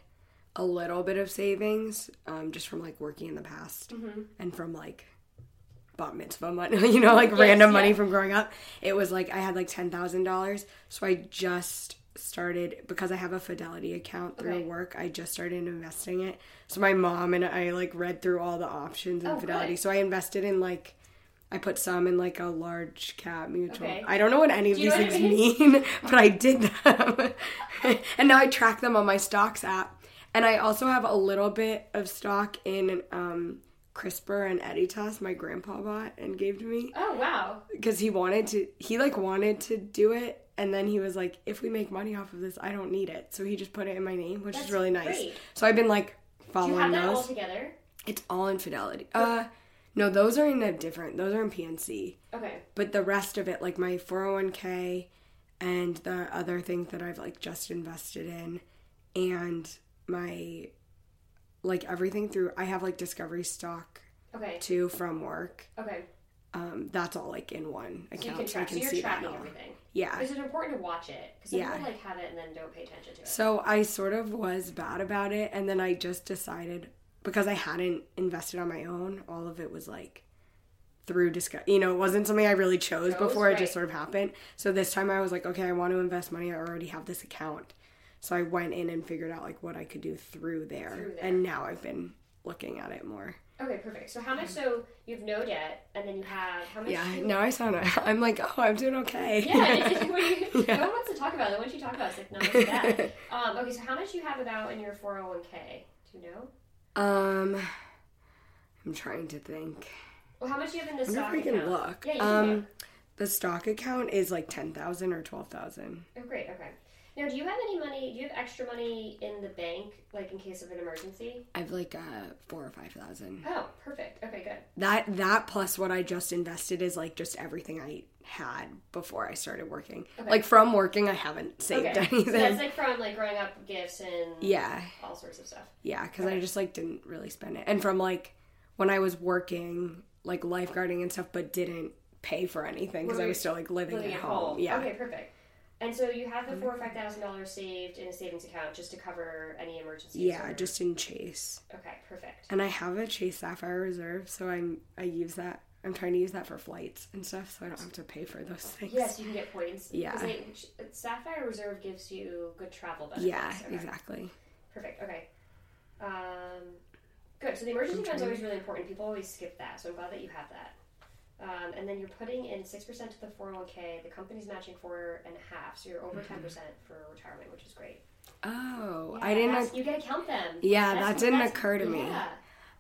[SPEAKER 2] a little bit of savings um, just from like working in the past
[SPEAKER 1] Mm-hmm.
[SPEAKER 2] and from like bat mitzvah money, you know, like
[SPEAKER 1] Yes,
[SPEAKER 2] random money
[SPEAKER 1] yeah.
[SPEAKER 2] from growing up. It was like I had like $10,000. So I just started, because I have a Fidelity account through
[SPEAKER 1] Okay.
[SPEAKER 2] work, I just started investing it. So my mom and I like read through all the options in
[SPEAKER 1] Oh,
[SPEAKER 2] Fidelity.
[SPEAKER 1] good.
[SPEAKER 2] So I invested in like, I put some in like a large cap mutual.
[SPEAKER 1] Okay.
[SPEAKER 2] I don't know what any of
[SPEAKER 1] Do you
[SPEAKER 2] these
[SPEAKER 1] know
[SPEAKER 2] things
[SPEAKER 1] what it is?
[SPEAKER 2] mean, but I did them. and now I track them on my stocks app. And I also have a little bit of stock in um, CRISPR and Editas my grandpa bought and gave to me
[SPEAKER 1] Oh wow!
[SPEAKER 2] because he wanted to, he like wanted to do it. And then he was like, if we make money off of this, I don't need it. So he just put it in my name, which is
[SPEAKER 1] That's
[SPEAKER 2] really nice.
[SPEAKER 1] great.
[SPEAKER 2] So I've been like
[SPEAKER 1] Do
[SPEAKER 2] following
[SPEAKER 1] you have that
[SPEAKER 2] those.
[SPEAKER 1] all together?
[SPEAKER 2] it's all in Fidelity. Uh, no, those are in a different, those are in PNC
[SPEAKER 1] Okay.
[SPEAKER 2] but the rest of it like my 401k and the other things that i've like just invested in and my like everything through i have like discovery stock
[SPEAKER 1] Okay.
[SPEAKER 2] too from work
[SPEAKER 1] Okay.
[SPEAKER 2] um that's all like in one
[SPEAKER 1] So you
[SPEAKER 2] account
[SPEAKER 1] can
[SPEAKER 2] so i
[SPEAKER 1] track. So
[SPEAKER 2] can
[SPEAKER 1] you're
[SPEAKER 2] see that
[SPEAKER 1] tracking
[SPEAKER 2] all.
[SPEAKER 1] everything.
[SPEAKER 2] yeah
[SPEAKER 1] Because it's important to watch it. Because some
[SPEAKER 2] Yeah.
[SPEAKER 1] people like have it and then don't pay attention to it.
[SPEAKER 2] so i sort of was bad about it and then i just decided because i hadn't invested on my own all of it was like through discuss you know it wasn't something i really chose,
[SPEAKER 1] Chose,
[SPEAKER 2] before it just
[SPEAKER 1] right.
[SPEAKER 2] sort of happened so this time i was like okay i want to invest money i already have this account so i went in and figured out like what i could do through there,
[SPEAKER 1] Through there.
[SPEAKER 2] and now i've been looking at it more
[SPEAKER 1] Okay, perfect. So how much? So you have no debt, and then you have how much?
[SPEAKER 2] yeah
[SPEAKER 1] do you-
[SPEAKER 2] now i sound i'm like oh i'm doing okay
[SPEAKER 1] Yeah, it's- it's- when you- no one wants to talk about it. Once you talk about it, it's like not much debt. Um, okay, so how much you have about in your 401k? Do you know?
[SPEAKER 2] um i'm trying to think
[SPEAKER 1] Well, how much do you have in the
[SPEAKER 2] i'm
[SPEAKER 1] stock
[SPEAKER 2] gonna freaking
[SPEAKER 1] account?
[SPEAKER 2] look
[SPEAKER 1] Yeah, you can
[SPEAKER 2] um
[SPEAKER 1] look.
[SPEAKER 2] the stock account is like 10000 or 12000
[SPEAKER 1] Oh, great. Okay. Now, do you have any money? Do you have extra money in the bank, like in case of an emergency?
[SPEAKER 2] i have like uh four or five thousand
[SPEAKER 1] Oh, perfect. Okay, good.
[SPEAKER 2] that that plus what I just invested is like just everything I had before I started working.
[SPEAKER 1] Okay.
[SPEAKER 2] Like from working, I haven't saved
[SPEAKER 1] Okay.
[SPEAKER 2] anything.
[SPEAKER 1] So that's like from like growing up gifts and
[SPEAKER 2] yeah,
[SPEAKER 1] all sorts of stuff.
[SPEAKER 2] yeah, because I just like didn't really spend it. And from like when I was working, like lifeguarding and stuff, but didn't pay for anything because I
[SPEAKER 1] Right.
[SPEAKER 2] was still like living,
[SPEAKER 1] Living
[SPEAKER 2] at home. Yeah, Mm-hmm.
[SPEAKER 1] Okay, perfect. And so you have the four or five thousand dollars saved in a savings account just to cover any emergencies.
[SPEAKER 2] yeah,
[SPEAKER 1] or-
[SPEAKER 2] just in Chase.
[SPEAKER 1] okay, perfect.
[SPEAKER 2] And I have a Chase Sapphire Reserve, so I'm I use that. I'm trying to use that for flights and stuff, so I don't have to pay for those things.
[SPEAKER 1] Yes, you can get points. 'Cause
[SPEAKER 2] Yeah.
[SPEAKER 1] they- Sapphire Reserve gives you good travel benefits.
[SPEAKER 2] Yeah,
[SPEAKER 1] Okay,
[SPEAKER 2] exactly.
[SPEAKER 1] Perfect. Okay. Um, good. So the emergency fund is always really important. People always skip that, so I'm glad that you have that. Um, and then you're putting in six percent to the 401k. The company's matching four and a half, so you're over
[SPEAKER 2] Mm-hmm.
[SPEAKER 1] 10 percent for retirement, which is great.
[SPEAKER 2] Oh,
[SPEAKER 1] Yeah,
[SPEAKER 2] I didn't.
[SPEAKER 1] that's- You gotta count them.
[SPEAKER 2] Yeah,
[SPEAKER 1] That's-
[SPEAKER 2] that didn't
[SPEAKER 1] that's-
[SPEAKER 2] occur to me.
[SPEAKER 1] yeah.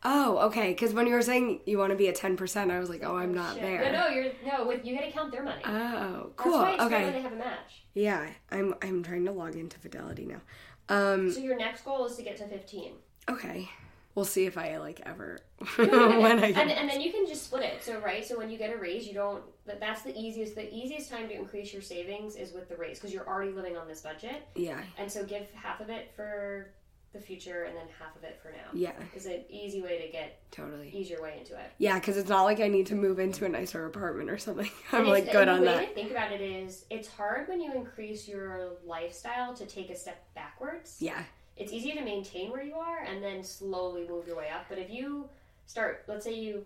[SPEAKER 2] Oh, okay. Because when you were saying you want to be at ten percent, I was like, oh, I'm not
[SPEAKER 1] Shit.
[SPEAKER 2] there.
[SPEAKER 1] No, no, you're no. With, you gotta count their money.
[SPEAKER 2] Oh,
[SPEAKER 1] That's
[SPEAKER 2] cool.
[SPEAKER 1] why it's great when they
[SPEAKER 2] Okay.
[SPEAKER 1] have a match.
[SPEAKER 2] Yeah, I'm I'm trying to log into Fidelity now. Um.
[SPEAKER 1] So your next goal is to get to 15.
[SPEAKER 2] Okay. We'll see if I like ever when I
[SPEAKER 1] and,
[SPEAKER 2] get.
[SPEAKER 1] and then you can just split it. So right, so when you get a raise, you don't. That, that's the easiest. The easiest time to increase your savings is with the raise because you're already living on this budget,
[SPEAKER 2] Yeah.
[SPEAKER 1] and so give half of it for the future and then half of it for now.
[SPEAKER 2] Yeah.
[SPEAKER 1] Is an easy way to get
[SPEAKER 2] Totally.
[SPEAKER 1] easier way into it.
[SPEAKER 2] Yeah, because it's not like I need to move into a nicer apartment or something. I'm
[SPEAKER 1] And it's-
[SPEAKER 2] like good
[SPEAKER 1] and
[SPEAKER 2] on
[SPEAKER 1] the way
[SPEAKER 2] that.
[SPEAKER 1] to think about it is it's hard when you increase your lifestyle to take a step backwards.
[SPEAKER 2] Yeah.
[SPEAKER 1] It's easy to maintain where you are and then slowly move your way up. But if you start, let's say you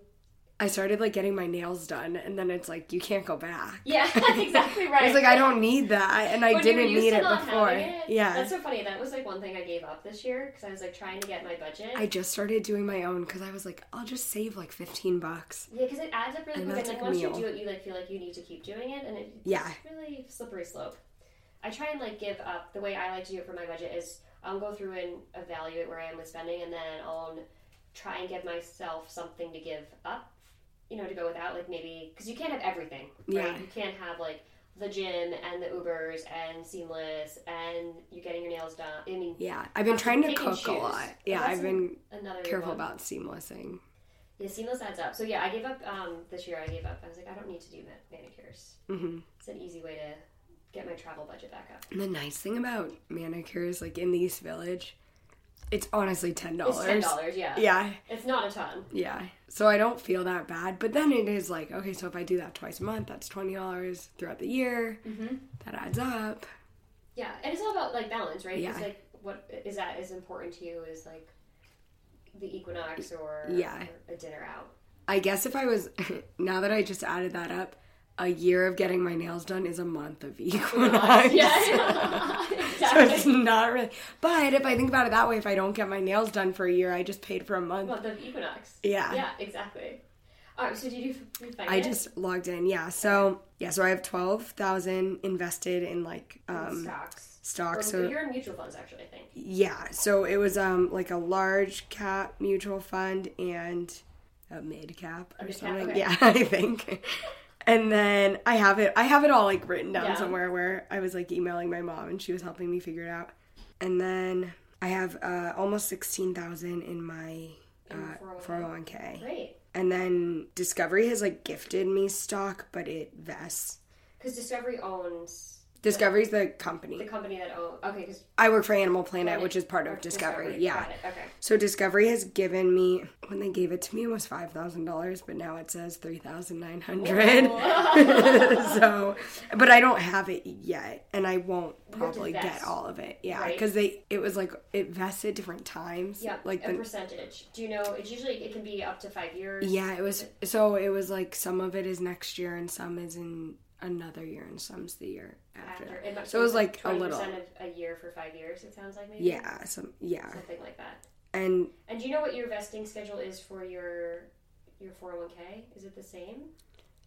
[SPEAKER 2] I started like getting my nails done, and then it's like you can't go back.
[SPEAKER 1] Yeah, that's exactly right.
[SPEAKER 2] I was like, I don't need that, and I
[SPEAKER 1] When you're
[SPEAKER 2] didn't
[SPEAKER 1] used
[SPEAKER 2] need
[SPEAKER 1] to
[SPEAKER 2] it
[SPEAKER 1] not
[SPEAKER 2] before.
[SPEAKER 1] having it,
[SPEAKER 2] Yeah,
[SPEAKER 1] That's so funny. That was like one thing I gave up this year because I was like trying to get my budget.
[SPEAKER 2] I just started doing my own because I was like, I'll just save like fifteen bucks.
[SPEAKER 1] yeah, because it adds up really
[SPEAKER 2] And
[SPEAKER 1] quick, and
[SPEAKER 2] that's
[SPEAKER 1] then
[SPEAKER 2] like a
[SPEAKER 1] once you
[SPEAKER 2] meal.
[SPEAKER 1] do it, you like feel like you need to keep doing it, and it,
[SPEAKER 2] Yeah.
[SPEAKER 1] it's really slippery slope. I try and like give up. The way I like to do it for my budget is I'll go through and evaluate where I am with spending, and then I'll try and give myself something to give up. You know, to go without, like maybe because you can't have everything. Right?
[SPEAKER 2] Yeah.
[SPEAKER 1] you can't have like the gym and the Ubers and Seamless and you getting your nails done. I mean,
[SPEAKER 2] Yeah, I've been
[SPEAKER 1] That's
[SPEAKER 2] trying to
[SPEAKER 1] pick and
[SPEAKER 2] cook a
[SPEAKER 1] choose.
[SPEAKER 2] lot. Yeah,
[SPEAKER 1] That's
[SPEAKER 2] I've been
[SPEAKER 1] another
[SPEAKER 2] careful
[SPEAKER 1] one.
[SPEAKER 2] about seamlessing.
[SPEAKER 1] Yeah, seamless adds up. So yeah, I gave up um, this year. I gave up. I was like, I don't need to do ma- manicures.
[SPEAKER 2] hmm
[SPEAKER 1] It's an easy way to get my travel budget back up.
[SPEAKER 2] The nice thing about manicures, like in the East Village, it's honestly ten
[SPEAKER 1] It's ten
[SPEAKER 2] dollars.
[SPEAKER 1] dollars. Yeah.
[SPEAKER 2] Yeah,
[SPEAKER 1] It's not a ton.
[SPEAKER 2] yeah. So I don't feel that bad. But then it is like, okay, so if I do that twice a month, that's twenty dollars throughout the year.
[SPEAKER 1] Mm-hmm.
[SPEAKER 2] That adds up.
[SPEAKER 1] Yeah, and it's all about like balance, right? It's
[SPEAKER 2] Yeah.
[SPEAKER 1] like what is that is important to you is like the equinox or
[SPEAKER 2] Yeah.
[SPEAKER 1] or a dinner out.
[SPEAKER 2] I guess if I was now that I just added that up, a year of getting my nails done is a month of
[SPEAKER 1] Oh
[SPEAKER 2] equinox.
[SPEAKER 1] Yeah.
[SPEAKER 2] So
[SPEAKER 1] exactly.
[SPEAKER 2] it's not really. But if I think about it that way, if I don't get my nails done for a year, I just paid for a month.
[SPEAKER 1] Well, the equinox.
[SPEAKER 2] Yeah.
[SPEAKER 1] Yeah. Exactly. All right. So did you? f- you find
[SPEAKER 2] I
[SPEAKER 1] it?
[SPEAKER 2] just logged in. Yeah. So yeah. So I have twelve thousand invested in like um
[SPEAKER 1] stocks. Or,
[SPEAKER 2] stocks. So
[SPEAKER 1] you're in mutual funds, actually. I think.
[SPEAKER 2] yeah. So it was um like a large cap mutual fund and a mid cap or
[SPEAKER 1] mid cap,
[SPEAKER 2] something.
[SPEAKER 1] okay.
[SPEAKER 2] Yeah, I think. And then I have it. I have it all like written down
[SPEAKER 1] Yeah.
[SPEAKER 2] somewhere where I was like emailing my mom and she was helping me figure it out. And then I have uh, almost sixteen thousand in my
[SPEAKER 1] In
[SPEAKER 2] uh,
[SPEAKER 1] 401k.
[SPEAKER 2] four hundred one k.
[SPEAKER 1] Great.
[SPEAKER 2] And then Discovery has like gifted me stock, but it vests.
[SPEAKER 1] Because Discovery owns
[SPEAKER 2] Discovery's the
[SPEAKER 1] the
[SPEAKER 2] company.
[SPEAKER 1] company that owns. Okay, because
[SPEAKER 2] I work for Animal Planet, which is part of Discovery. Yeah.
[SPEAKER 1] Okay.
[SPEAKER 2] So Discovery has given me when they gave it to me it was five thousand dollars, but now it says three thousand nine hundred. so, but I don't have it yet, and I won't
[SPEAKER 1] have to
[SPEAKER 2] probably
[SPEAKER 1] vest,
[SPEAKER 2] get all of it. Yeah,
[SPEAKER 1] right?
[SPEAKER 2] because they it was like it vested different times.
[SPEAKER 1] Yeah.
[SPEAKER 2] like
[SPEAKER 1] a
[SPEAKER 2] the
[SPEAKER 1] percentage. Do you know? It's usually it can be up to five years.
[SPEAKER 2] Yeah, it was. So it was like some of it is next year and some is in another year and some's the year
[SPEAKER 1] After.
[SPEAKER 2] after. that.
[SPEAKER 1] It might-
[SPEAKER 2] So it was like a
[SPEAKER 1] 20%
[SPEAKER 2] little.
[SPEAKER 1] of a year for five years. It sounds like maybe.
[SPEAKER 2] Yeah, some yeah,
[SPEAKER 1] Something like that.
[SPEAKER 2] and
[SPEAKER 1] And do you know what your vesting schedule is for your your four hundred one k? Is it the same?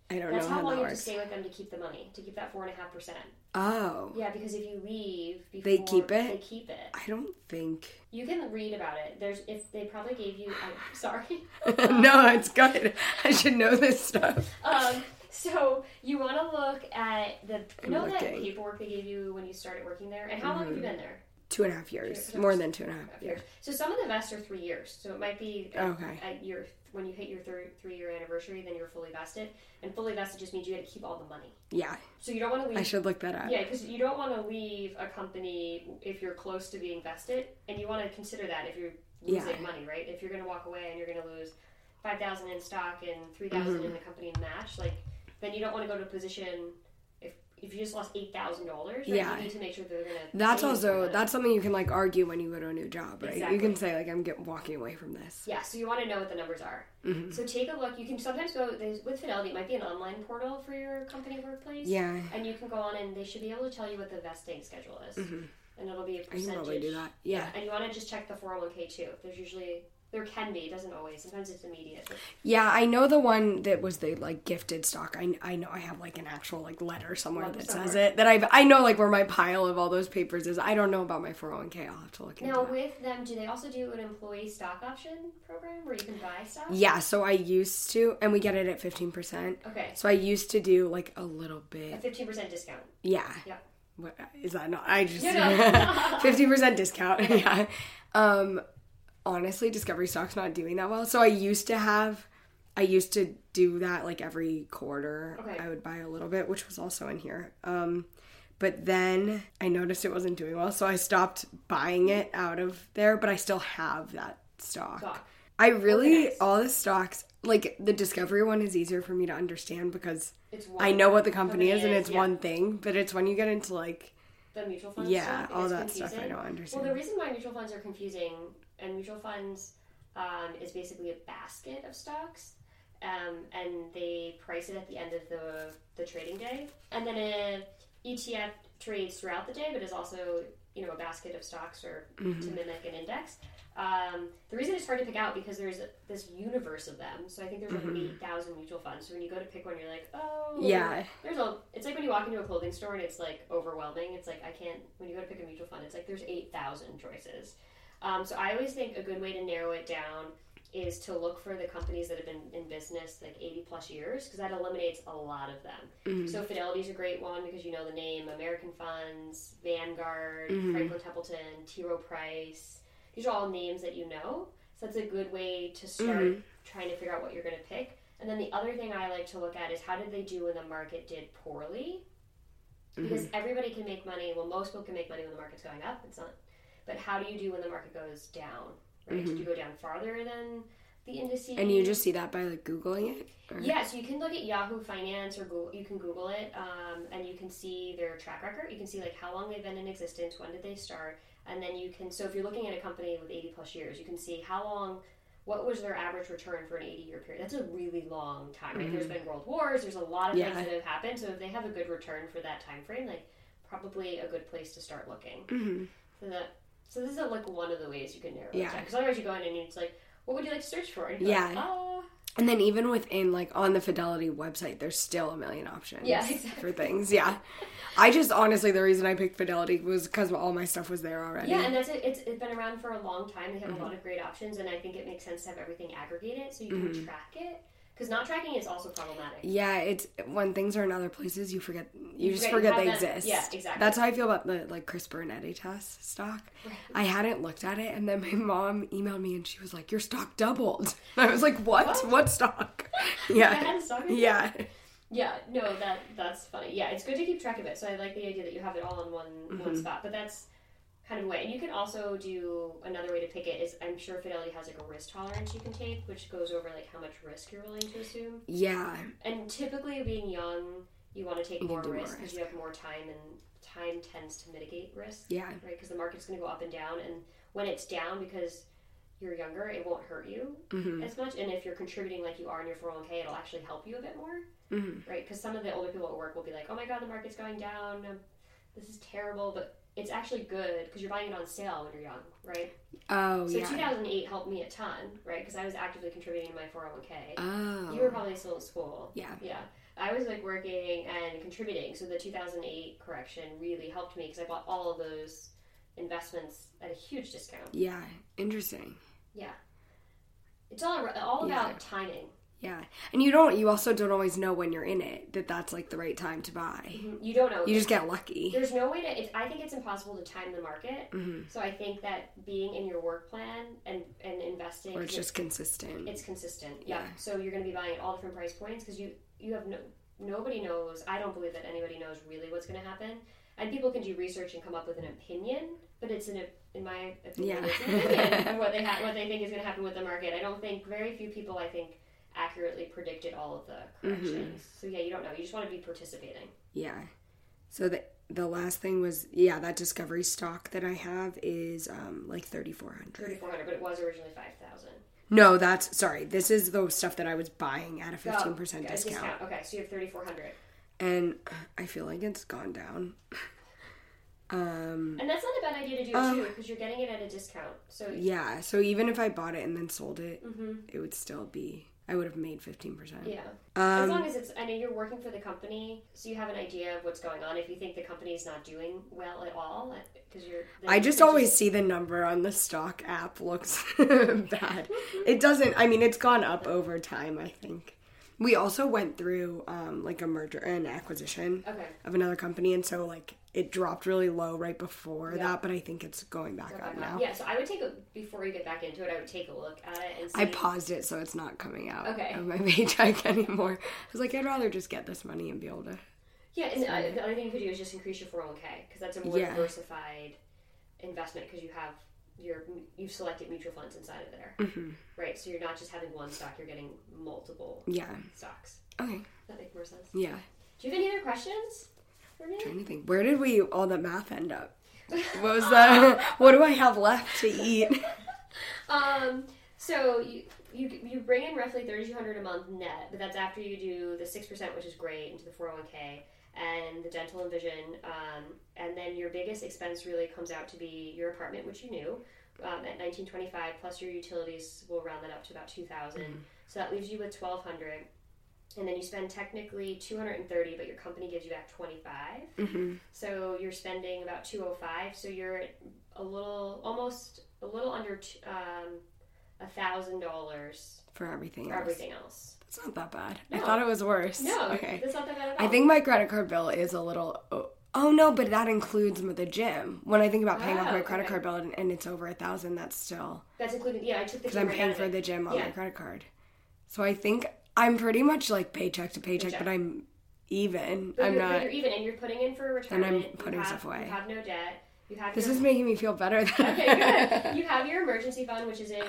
[SPEAKER 2] I don't
[SPEAKER 1] That's
[SPEAKER 2] know how,
[SPEAKER 1] how long
[SPEAKER 2] that
[SPEAKER 1] you have to
[SPEAKER 2] works.
[SPEAKER 1] stay with them to keep the money to keep that four and a half percent.
[SPEAKER 2] Oh,
[SPEAKER 1] Yeah, because if you leave, before,
[SPEAKER 2] They keep it?
[SPEAKER 1] They keep it.
[SPEAKER 2] I don't think.
[SPEAKER 1] You can read about it. There's if they probably gave you. I'm sorry.
[SPEAKER 2] no, it's good. I should know this stuff.
[SPEAKER 1] Um, so you want to look at the you
[SPEAKER 2] I'm
[SPEAKER 1] know that
[SPEAKER 2] looking.
[SPEAKER 1] paperwork they gave you when you started working there, and how long have you been there?
[SPEAKER 2] Two and a half years, more than two and a half years.
[SPEAKER 1] So some of the vests are three years, so it might be at,
[SPEAKER 2] Okay.
[SPEAKER 1] at your when you hit your third three year anniversary, then you're fully vested, and fully vested just means you get to keep all the money.
[SPEAKER 2] Yeah,
[SPEAKER 1] So you don't want to leave.
[SPEAKER 2] I should look that up.
[SPEAKER 1] Yeah, because you don't want to leave a company if you're close to being vested, and you want to consider that if you're losing
[SPEAKER 2] Yeah.
[SPEAKER 1] money, right? If you're going to walk away and you're going to lose five thousand in stock and three
[SPEAKER 2] Mm-hmm.
[SPEAKER 1] thousand in the company match, like then you don't want to go to a position if if you just lost eight thousand dollars. Right?
[SPEAKER 2] Yeah.
[SPEAKER 1] you need to make sure they're going to.
[SPEAKER 2] That's also that's something you can like argue when you go to a new job, right?
[SPEAKER 1] Exactly.
[SPEAKER 2] You can say like I'm get, walking away from this.
[SPEAKER 1] Yeah, so you want to know what the numbers are.
[SPEAKER 2] Mhm.
[SPEAKER 1] So take a look. You can sometimes go there's- with Fidelity. It might be an online portal for your company workplace.
[SPEAKER 2] Yeah,
[SPEAKER 1] And you can go on, and they should be able to tell you what the vesting schedule is, and it'll be a
[SPEAKER 2] Mm-hmm. I
[SPEAKER 1] percentage.
[SPEAKER 2] can probably do that. Yeah,
[SPEAKER 1] And you want to just check the 401k too. There's usually, there can be, it doesn't always. Sometimes it's immediate.
[SPEAKER 2] Yeah, I know the one that was the like gifted stock. I, I know I have like an actual like letter somewhere
[SPEAKER 1] Letter
[SPEAKER 2] that says
[SPEAKER 1] somewhere.
[SPEAKER 2] it. That I have I know like where my pile of all those papers is. I don't know about my 401k. I'll have to look into
[SPEAKER 1] Now,
[SPEAKER 2] that.
[SPEAKER 1] with them, do they also do an employee stock option program where you can buy stock?
[SPEAKER 2] Yeah, so I used to and we get it at 15%.
[SPEAKER 1] Okay.
[SPEAKER 2] So I used to do like a little
[SPEAKER 1] A
[SPEAKER 2] bit.
[SPEAKER 1] 15% discount.
[SPEAKER 2] Yeah.
[SPEAKER 1] Yeah.
[SPEAKER 2] What, uh, is that not? I just
[SPEAKER 1] No, no.
[SPEAKER 2] 50% discount. Yeah. Um honestly, Discovery stock's not doing that well. So I used to have I used to do that like every quarter.
[SPEAKER 1] Okay.
[SPEAKER 2] I would buy a little bit, which was also in here. Um But then I noticed it wasn't doing well, so I stopped buying it out of there, but I still have that stock.
[SPEAKER 1] Stock.
[SPEAKER 2] I really,
[SPEAKER 1] Organized.
[SPEAKER 2] all the stocks, like the Discovery one is easier for me to understand because
[SPEAKER 1] It's one
[SPEAKER 2] I know what the company,
[SPEAKER 1] company
[SPEAKER 2] is and
[SPEAKER 1] is,
[SPEAKER 2] it's
[SPEAKER 1] yeah.
[SPEAKER 2] one thing, but it's when you get into like,
[SPEAKER 1] the mutual funds.
[SPEAKER 2] Yeah,
[SPEAKER 1] stuff, it
[SPEAKER 2] all
[SPEAKER 1] gets
[SPEAKER 2] that stuff I
[SPEAKER 1] confusing.
[SPEAKER 2] don't understand.
[SPEAKER 1] Well, the reason why mutual funds are confusing and mutual funds um, is basically a basket of stocks, um, and they price it at the end of the the trading day, and then a ETF trades throughout the day, but is also you know a basket of stocks or to mimic an index. Um, the reason it's hard to pick out because there's this universe of them. So I think there's like eight thousand mutual funds. So when you go to pick one, you're like, oh,
[SPEAKER 2] Yeah.
[SPEAKER 1] There's a. It's like when you walk into a clothing store and it's like overwhelming. It's like I can't. When you go to pick a mutual fund, it's like there's eight thousand choices. Um, so I always think a good way to narrow it down is to look for the companies that have been in business like 80 plus years because that eliminates a lot of them. So Fidelity's a great one because you know the name American Funds, Vanguard, Franklin Templeton, T. Rowe Price. These are all names that you know. So that's a good way to start
[SPEAKER 2] Mm-hmm.
[SPEAKER 1] trying to figure out what you're going to pick. And then the other thing I like to look at is how did they do when the market did poorly? Because
[SPEAKER 2] Mm-hmm.
[SPEAKER 1] everybody can make money. Well, most people can make money when the market's going up. It's not. But how do you do when the market goes down? Right? Did you go down farther than the indices?
[SPEAKER 2] Mm-hmm. and you just see that by like Googling it? Or-
[SPEAKER 1] Yeah, so you can look at Yahoo Finance or Google, you can Google it, um, and you can see their track record. You can see like how long they've been in existence, when did they start, and then you can. So if you're looking at a company with 80 plus years, you can see how long, what was their average return for an 80 year period. That's a really long time. Right? There's been world wars. There's a lot of
[SPEAKER 2] Mm-hmm. Yeah.
[SPEAKER 1] things that have happened. So if they have a good return for that time frame, like probably a good place to start looking. So that so this is like one of the ways you can narrow it
[SPEAKER 2] Mm-hmm. Yeah.
[SPEAKER 1] down. Because otherwise you go in and it's like, what would you like to search for? And you're
[SPEAKER 2] Yeah.
[SPEAKER 1] Like, oh.
[SPEAKER 2] And then even within like on the Fidelity website, there's still a million options
[SPEAKER 1] Yeah, exactly.
[SPEAKER 2] for things. Yeah. I just honestly the reason I picked Fidelity was because all my stuff was there already.
[SPEAKER 1] Yeah, and that's it. It's, it's been around for a long time. They have
[SPEAKER 2] Mm-hmm.
[SPEAKER 1] a lot of great options, and I think it makes sense to have everything aggregated so you can
[SPEAKER 2] Mm-hmm.
[SPEAKER 1] track it. Because not tracking is also problematic.
[SPEAKER 2] Yeah, it's when things are in other places, you forget you, just
[SPEAKER 1] forget you
[SPEAKER 2] forget they
[SPEAKER 1] have that-
[SPEAKER 2] exist.
[SPEAKER 1] yeah, exactly.
[SPEAKER 2] That's how I feel about the like CRISPR and Editas stock. I hadn't looked at it, and then my mom emailed me, and she was like, "Your stock doubled." And I was like, "What? What, stock?"
[SPEAKER 1] I
[SPEAKER 2] yeah,
[SPEAKER 1] had stock.
[SPEAKER 2] yeah,
[SPEAKER 1] Yeah, no, that that's funny. Yeah, it's good to keep track of it. So I like the idea that you have it all in one
[SPEAKER 2] Mm-hmm.
[SPEAKER 1] one spot. But that's kind of a way. And you can also do another way to pick it is I'm sure Fidelity has like a risk tolerance you can take, which goes over like how much risk you're willing to assume.
[SPEAKER 2] yeah.
[SPEAKER 1] And typically, being young, you want to take more
[SPEAKER 2] do more
[SPEAKER 1] risk because you have more time, and time tends to mitigate risk.
[SPEAKER 2] Yeah.
[SPEAKER 1] Right? Because the market's going to go up and down. And when it's down because you're younger, it won't hurt you
[SPEAKER 2] Mm-hmm. Mm.
[SPEAKER 1] as much. And if you're contributing like you are in your 401k, it'll actually help you a bit more. Mm-hmm. Right? Because some of the older people at work will be like, oh my God, the market's going down. Um, This is terrible. But it's actually good because you're buying it on sale when you're young, right?
[SPEAKER 2] Oh
[SPEAKER 1] So
[SPEAKER 2] yeah.
[SPEAKER 1] 2008 helped me a ton, right? Because I was actively contributing to my 401k.
[SPEAKER 2] oh
[SPEAKER 1] You were probably still in school.
[SPEAKER 2] Yeah.
[SPEAKER 1] Yeah. I was like working and contributing. So the 2008 correction really helped me because I bought all of those investments at a huge discount.
[SPEAKER 2] yeah. Interesting.
[SPEAKER 1] Yeah. It's all, all about timing.
[SPEAKER 2] Yeah. And you don't you also don't always know when you're in it that that's like the right time to buy.
[SPEAKER 1] You don't know.
[SPEAKER 2] You just get lucky. Mm-hmm.
[SPEAKER 1] There's no way to. It's, I think it's impossible to time the market. So I think that being in your work plan and, and investing.
[SPEAKER 2] Or it's
[SPEAKER 1] 'cause
[SPEAKER 2] just consistent.
[SPEAKER 1] it's consistent. Yeah.
[SPEAKER 2] Yeah.
[SPEAKER 1] So you're going to be buying at all different price points because you you have no nobody knows. I don't believe that anybody knows really what's going to happen. And people can do research and come up with an opinion, but it's an op- in my opinion,
[SPEAKER 2] Yeah.
[SPEAKER 1] it's an opinion of what they ha- what they think is going to happen with the market. I don't think very few people I think accurately predicted all of the corrections.
[SPEAKER 2] Mm-hmm.
[SPEAKER 1] So yeah, you don't know. You just want to be participating.
[SPEAKER 2] Yeah. So the the last thing was yeah, that discovery stock that I have is um like 3400.
[SPEAKER 1] Thirty four hundred, but it was originally five thousand.
[SPEAKER 2] No, that's sorry. This is the stuff that I was buying at a 15% discount.
[SPEAKER 1] Oh, Okay, so you have thirty four hundred,
[SPEAKER 2] And I feel like it's gone down. Mm.
[SPEAKER 1] and that's not a bad idea to do
[SPEAKER 2] Um,
[SPEAKER 1] it too because you're getting it at a discount. So
[SPEAKER 2] Yeah, so even if I bought it and then sold it, it would still be I would have made 15%.
[SPEAKER 1] Mm-hmm. Yeah.
[SPEAKER 2] Um,
[SPEAKER 1] as long as it's, I know you're working for the company, so you have an idea of what's going on. If you think the company's not doing well at all, because you're. then
[SPEAKER 2] I
[SPEAKER 1] you
[SPEAKER 2] just
[SPEAKER 1] could
[SPEAKER 2] always see the number on the stock app looks bad. It doesn't. I mean, it's gone up over time. I think we also went through um, like a merger and acquisition
[SPEAKER 1] Okay.
[SPEAKER 2] of another company, and so like it dropped really low right before that. But I think it's going back up now.
[SPEAKER 1] Yeah, so I would take a before you get back into it. I would take a look at it and see.
[SPEAKER 2] I paused it, so it's not coming out
[SPEAKER 1] Okay.
[SPEAKER 2] of my paycheck anymore. I was like, I'd rather just get this money and be able to
[SPEAKER 1] Yeah, and uh, the other thing you could do is just increase your 401k because that's a more
[SPEAKER 2] Yeah.
[SPEAKER 1] diversified investment because you have your you've selected mutual funds inside of there,
[SPEAKER 2] Mhm.
[SPEAKER 1] right? So you're not just having one stock; you're getting multiple
[SPEAKER 2] Yeah.
[SPEAKER 1] stocks.
[SPEAKER 2] Okay.
[SPEAKER 1] Does that make more sense?
[SPEAKER 2] Yeah.
[SPEAKER 1] Do you have any other questions for me?
[SPEAKER 2] trying to think. Where did we all that math end up? What was that? what do I have left to eat?
[SPEAKER 1] Um, so you, you you bring in roughly thirty two hundred a month net, but that's after you do the six percent, which is great, into the four hundred one k and the dental and vision, um, and then your biggest expense really comes out to be your apartment, which you knew. Um, at 1925 plus your utilities will round that up to about 2000 so that leaves you with 1200 and then you spend technically 230 but your company gives you back 25
[SPEAKER 2] hmm
[SPEAKER 1] so you're spending about 205. So you're at a little, almost a little under t- um, a thousand dollars
[SPEAKER 2] For everything
[SPEAKER 1] for
[SPEAKER 2] else.
[SPEAKER 1] everything else.
[SPEAKER 2] It's not that bad. I
[SPEAKER 1] No.
[SPEAKER 2] thought it was worse.
[SPEAKER 1] No,
[SPEAKER 2] Okay.
[SPEAKER 1] that's not that bad at all.
[SPEAKER 2] I think my credit card bill is a little. Oh, oh, no, but that includes m- the gym. When I think about paying off
[SPEAKER 1] Oh,
[SPEAKER 2] my credit
[SPEAKER 1] okay.
[SPEAKER 2] card bill and, and it's over a thousand, that's still
[SPEAKER 1] that's including. Yeah, I took the
[SPEAKER 2] because I'm
[SPEAKER 1] camera
[SPEAKER 2] paying
[SPEAKER 1] out of
[SPEAKER 2] for
[SPEAKER 1] it.
[SPEAKER 2] the gym on my
[SPEAKER 1] Yeah.
[SPEAKER 2] credit card. So I think I'm pretty much like paycheck to paycheck,
[SPEAKER 1] Paycheck.
[SPEAKER 2] but I'm even.
[SPEAKER 1] But
[SPEAKER 2] I'm
[SPEAKER 1] you're, but
[SPEAKER 2] not.
[SPEAKER 1] You're even, and you're putting in for
[SPEAKER 2] I'm
[SPEAKER 1] retirement. You
[SPEAKER 2] putting
[SPEAKER 1] have-
[SPEAKER 2] stuff away.
[SPEAKER 1] You have no debt. You have.
[SPEAKER 2] This
[SPEAKER 1] your,
[SPEAKER 2] is making me feel better. Than
[SPEAKER 1] okay, good. You have your emergency fund, which is in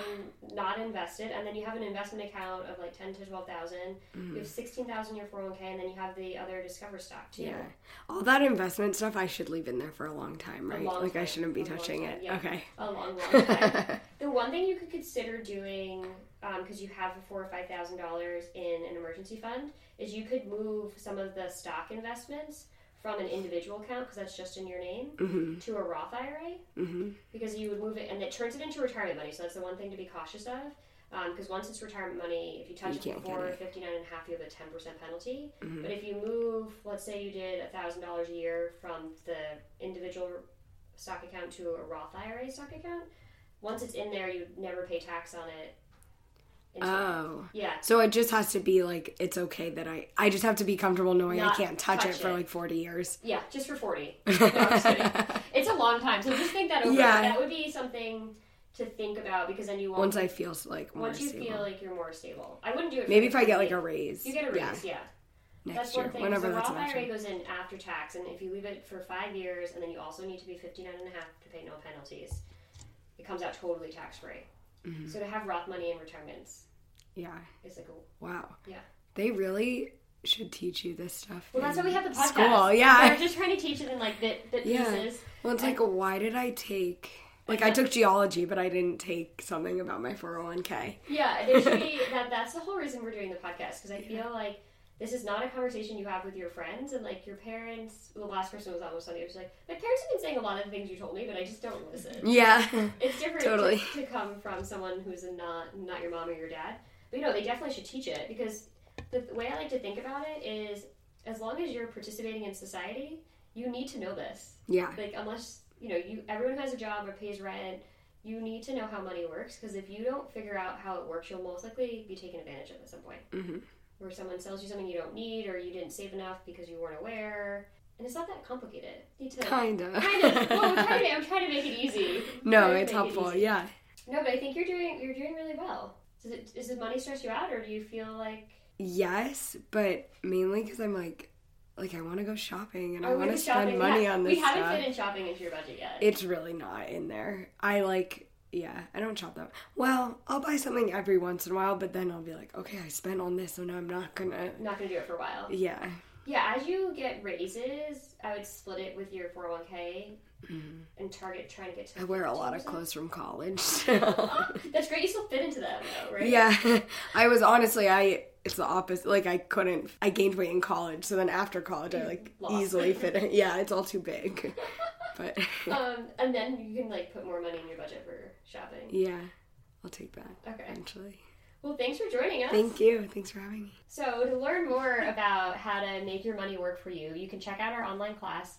[SPEAKER 1] not invested, and then you have an investment account of like ten to twelve thousand.
[SPEAKER 2] Mm.
[SPEAKER 1] You have sixteen thousand in your four hundred one k, and then you have the other Discover stock too.
[SPEAKER 2] Yeah. All that investment stuff I should leave in there for a long time,
[SPEAKER 1] A
[SPEAKER 2] right?
[SPEAKER 1] long
[SPEAKER 2] like I
[SPEAKER 1] time,
[SPEAKER 2] shouldn't be
[SPEAKER 1] a long
[SPEAKER 2] touching
[SPEAKER 1] time,
[SPEAKER 2] it.
[SPEAKER 1] yeah.
[SPEAKER 2] Okay.
[SPEAKER 1] A long, long time. the one thing you could consider doing, because you have four or five thousand dollars in an emergency fund, is you could move some of the stock investments from an individual account, because that's just in your name,
[SPEAKER 2] Mhm.
[SPEAKER 1] to a Roth IRA,
[SPEAKER 2] Mhm.
[SPEAKER 1] because you would move it, and it turns it into retirement money. So that's the one thing to be cautious of. Because once it's retirement money, if you touch
[SPEAKER 2] You
[SPEAKER 1] it
[SPEAKER 2] can't get
[SPEAKER 1] before
[SPEAKER 2] it. Mm-hmm.
[SPEAKER 1] 59 and a half, you have a 10% penalty. But if you move, let's say you did $1,000 a year from the individual stock account to a Roth IRA stock account, once it's in there, you never pay tax on it. until-
[SPEAKER 2] Oh.
[SPEAKER 1] yeah.
[SPEAKER 2] So it just has to be like it's okay that I I just have to be comfortable knowing I
[SPEAKER 1] Not
[SPEAKER 2] can't touch,
[SPEAKER 1] touch
[SPEAKER 2] it for
[SPEAKER 1] it.
[SPEAKER 2] like 40 years.
[SPEAKER 1] Yeah, just for 40. No, I'm just kidding. it's a long time, so just think that over.
[SPEAKER 2] Yeah.
[SPEAKER 1] That would be something to think about because then you won't.
[SPEAKER 2] Once I feel like more
[SPEAKER 1] once you
[SPEAKER 2] stable.
[SPEAKER 1] feel like you're more stable. I wouldn't do it. for
[SPEAKER 2] Maybe
[SPEAKER 1] the
[SPEAKER 2] if I get like a
[SPEAKER 1] company.
[SPEAKER 2] raise.
[SPEAKER 1] You get a
[SPEAKER 2] Yeah,
[SPEAKER 1] raise, yeah.
[SPEAKER 2] next
[SPEAKER 1] that's one
[SPEAKER 2] year,
[SPEAKER 1] thing. 'cause
[SPEAKER 2] whenever
[SPEAKER 1] the
[SPEAKER 2] that's
[SPEAKER 1] Roth
[SPEAKER 2] an
[SPEAKER 1] IRA
[SPEAKER 2] option.
[SPEAKER 1] goes in after tax, and if you leave it for five years, and then you also need to be 59 and a half to pay no penalties, it comes out totally tax free.
[SPEAKER 2] Mm-hmm.
[SPEAKER 1] So to have Roth money in retirements
[SPEAKER 2] Yeah.
[SPEAKER 1] is like a
[SPEAKER 2] Wow.
[SPEAKER 1] yeah.
[SPEAKER 2] They really should teach you this stuff.
[SPEAKER 1] Well, that's why we have the podcast.
[SPEAKER 2] Mm-hmm. School, yeah.
[SPEAKER 1] we're just trying to teach it in like bit bit
[SPEAKER 2] Yeah.
[SPEAKER 1] pieces.
[SPEAKER 2] Well, it's like, why did I take? Like, I took geology, but I didn't take something about my 401k.
[SPEAKER 1] Yeah, there should be that. That's the whole reason we're doing the podcast because I feel like this is not a conversation you have with your friends and like your parents. The last person was almost on the other side. My parents have been saying a lot of the things you told me, but I just don't listen.
[SPEAKER 2] Yeah.
[SPEAKER 1] It's different
[SPEAKER 2] Totally.
[SPEAKER 1] to, to come from someone who's a not not your mom or your dad. But you know, they definitely should teach it because the, the way I like to think about it is, as long as you're participating in society, you need to know this.
[SPEAKER 2] Yeah.
[SPEAKER 1] Like unless you know you, everyone has a job or pays rent. You need to know how money works because if you don't figure out how it works, you'll most likely be taken advantage of at some point.
[SPEAKER 2] Mhm.
[SPEAKER 1] Where someone sells you something you don't need or you didn't save enough because you weren't aware, and it's not that complicated. You need to
[SPEAKER 2] Kinda.
[SPEAKER 1] kind of. Well, I'm trying to, I'm trying to make it easy. I'm
[SPEAKER 2] No,
[SPEAKER 1] trying to make it
[SPEAKER 2] it's helpful.
[SPEAKER 1] easy.
[SPEAKER 2] yeah.
[SPEAKER 1] No, but I think you're doing you're doing really well. Does it does the money stress you out, or do you feel like
[SPEAKER 2] Yes, but mainly because I'm like, like I want to go shopping and I
[SPEAKER 1] Oh,
[SPEAKER 2] want to
[SPEAKER 1] with the
[SPEAKER 2] spend
[SPEAKER 1] shopping-
[SPEAKER 2] money
[SPEAKER 1] yeah,
[SPEAKER 2] on
[SPEAKER 1] We
[SPEAKER 2] this
[SPEAKER 1] haven't
[SPEAKER 2] stuff.
[SPEAKER 1] fit in shopping into your budget yet.
[SPEAKER 2] It's really not in there. I like, yeah, I don't shop that. Well, I'll buy something every once in a while, but then I'll be like, okay, I spent on this, so now I'm not gonna.
[SPEAKER 1] I'm not gonna do it for a while.
[SPEAKER 2] Yeah.
[SPEAKER 1] Yeah, as you get raises, I would split it with your 401k and target trying to get to.
[SPEAKER 2] Mm-hmm. I wear a lot of
[SPEAKER 1] 15%.
[SPEAKER 2] clothes from college. so.
[SPEAKER 1] That's great. You still fit into them, though, right?
[SPEAKER 2] Yeah, I was honestly, I it's the opposite. Like I couldn't, I gained weight in college, so then after college, I like
[SPEAKER 1] Lost.
[SPEAKER 2] easily fit. In. Yeah, it's all too big. But
[SPEAKER 1] Um, and then you can like put more money in your budget for shopping.
[SPEAKER 2] yeah, I'll take that
[SPEAKER 1] Okay.
[SPEAKER 2] eventually.
[SPEAKER 1] Well, thanks for joining us.
[SPEAKER 2] Thank you. Thanks for having me.
[SPEAKER 1] So, to learn more about how to make your money work for you, you can check out our online class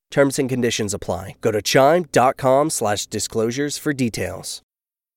[SPEAKER 3] Terms and conditions apply. Go to chime.com slash disclosures for details.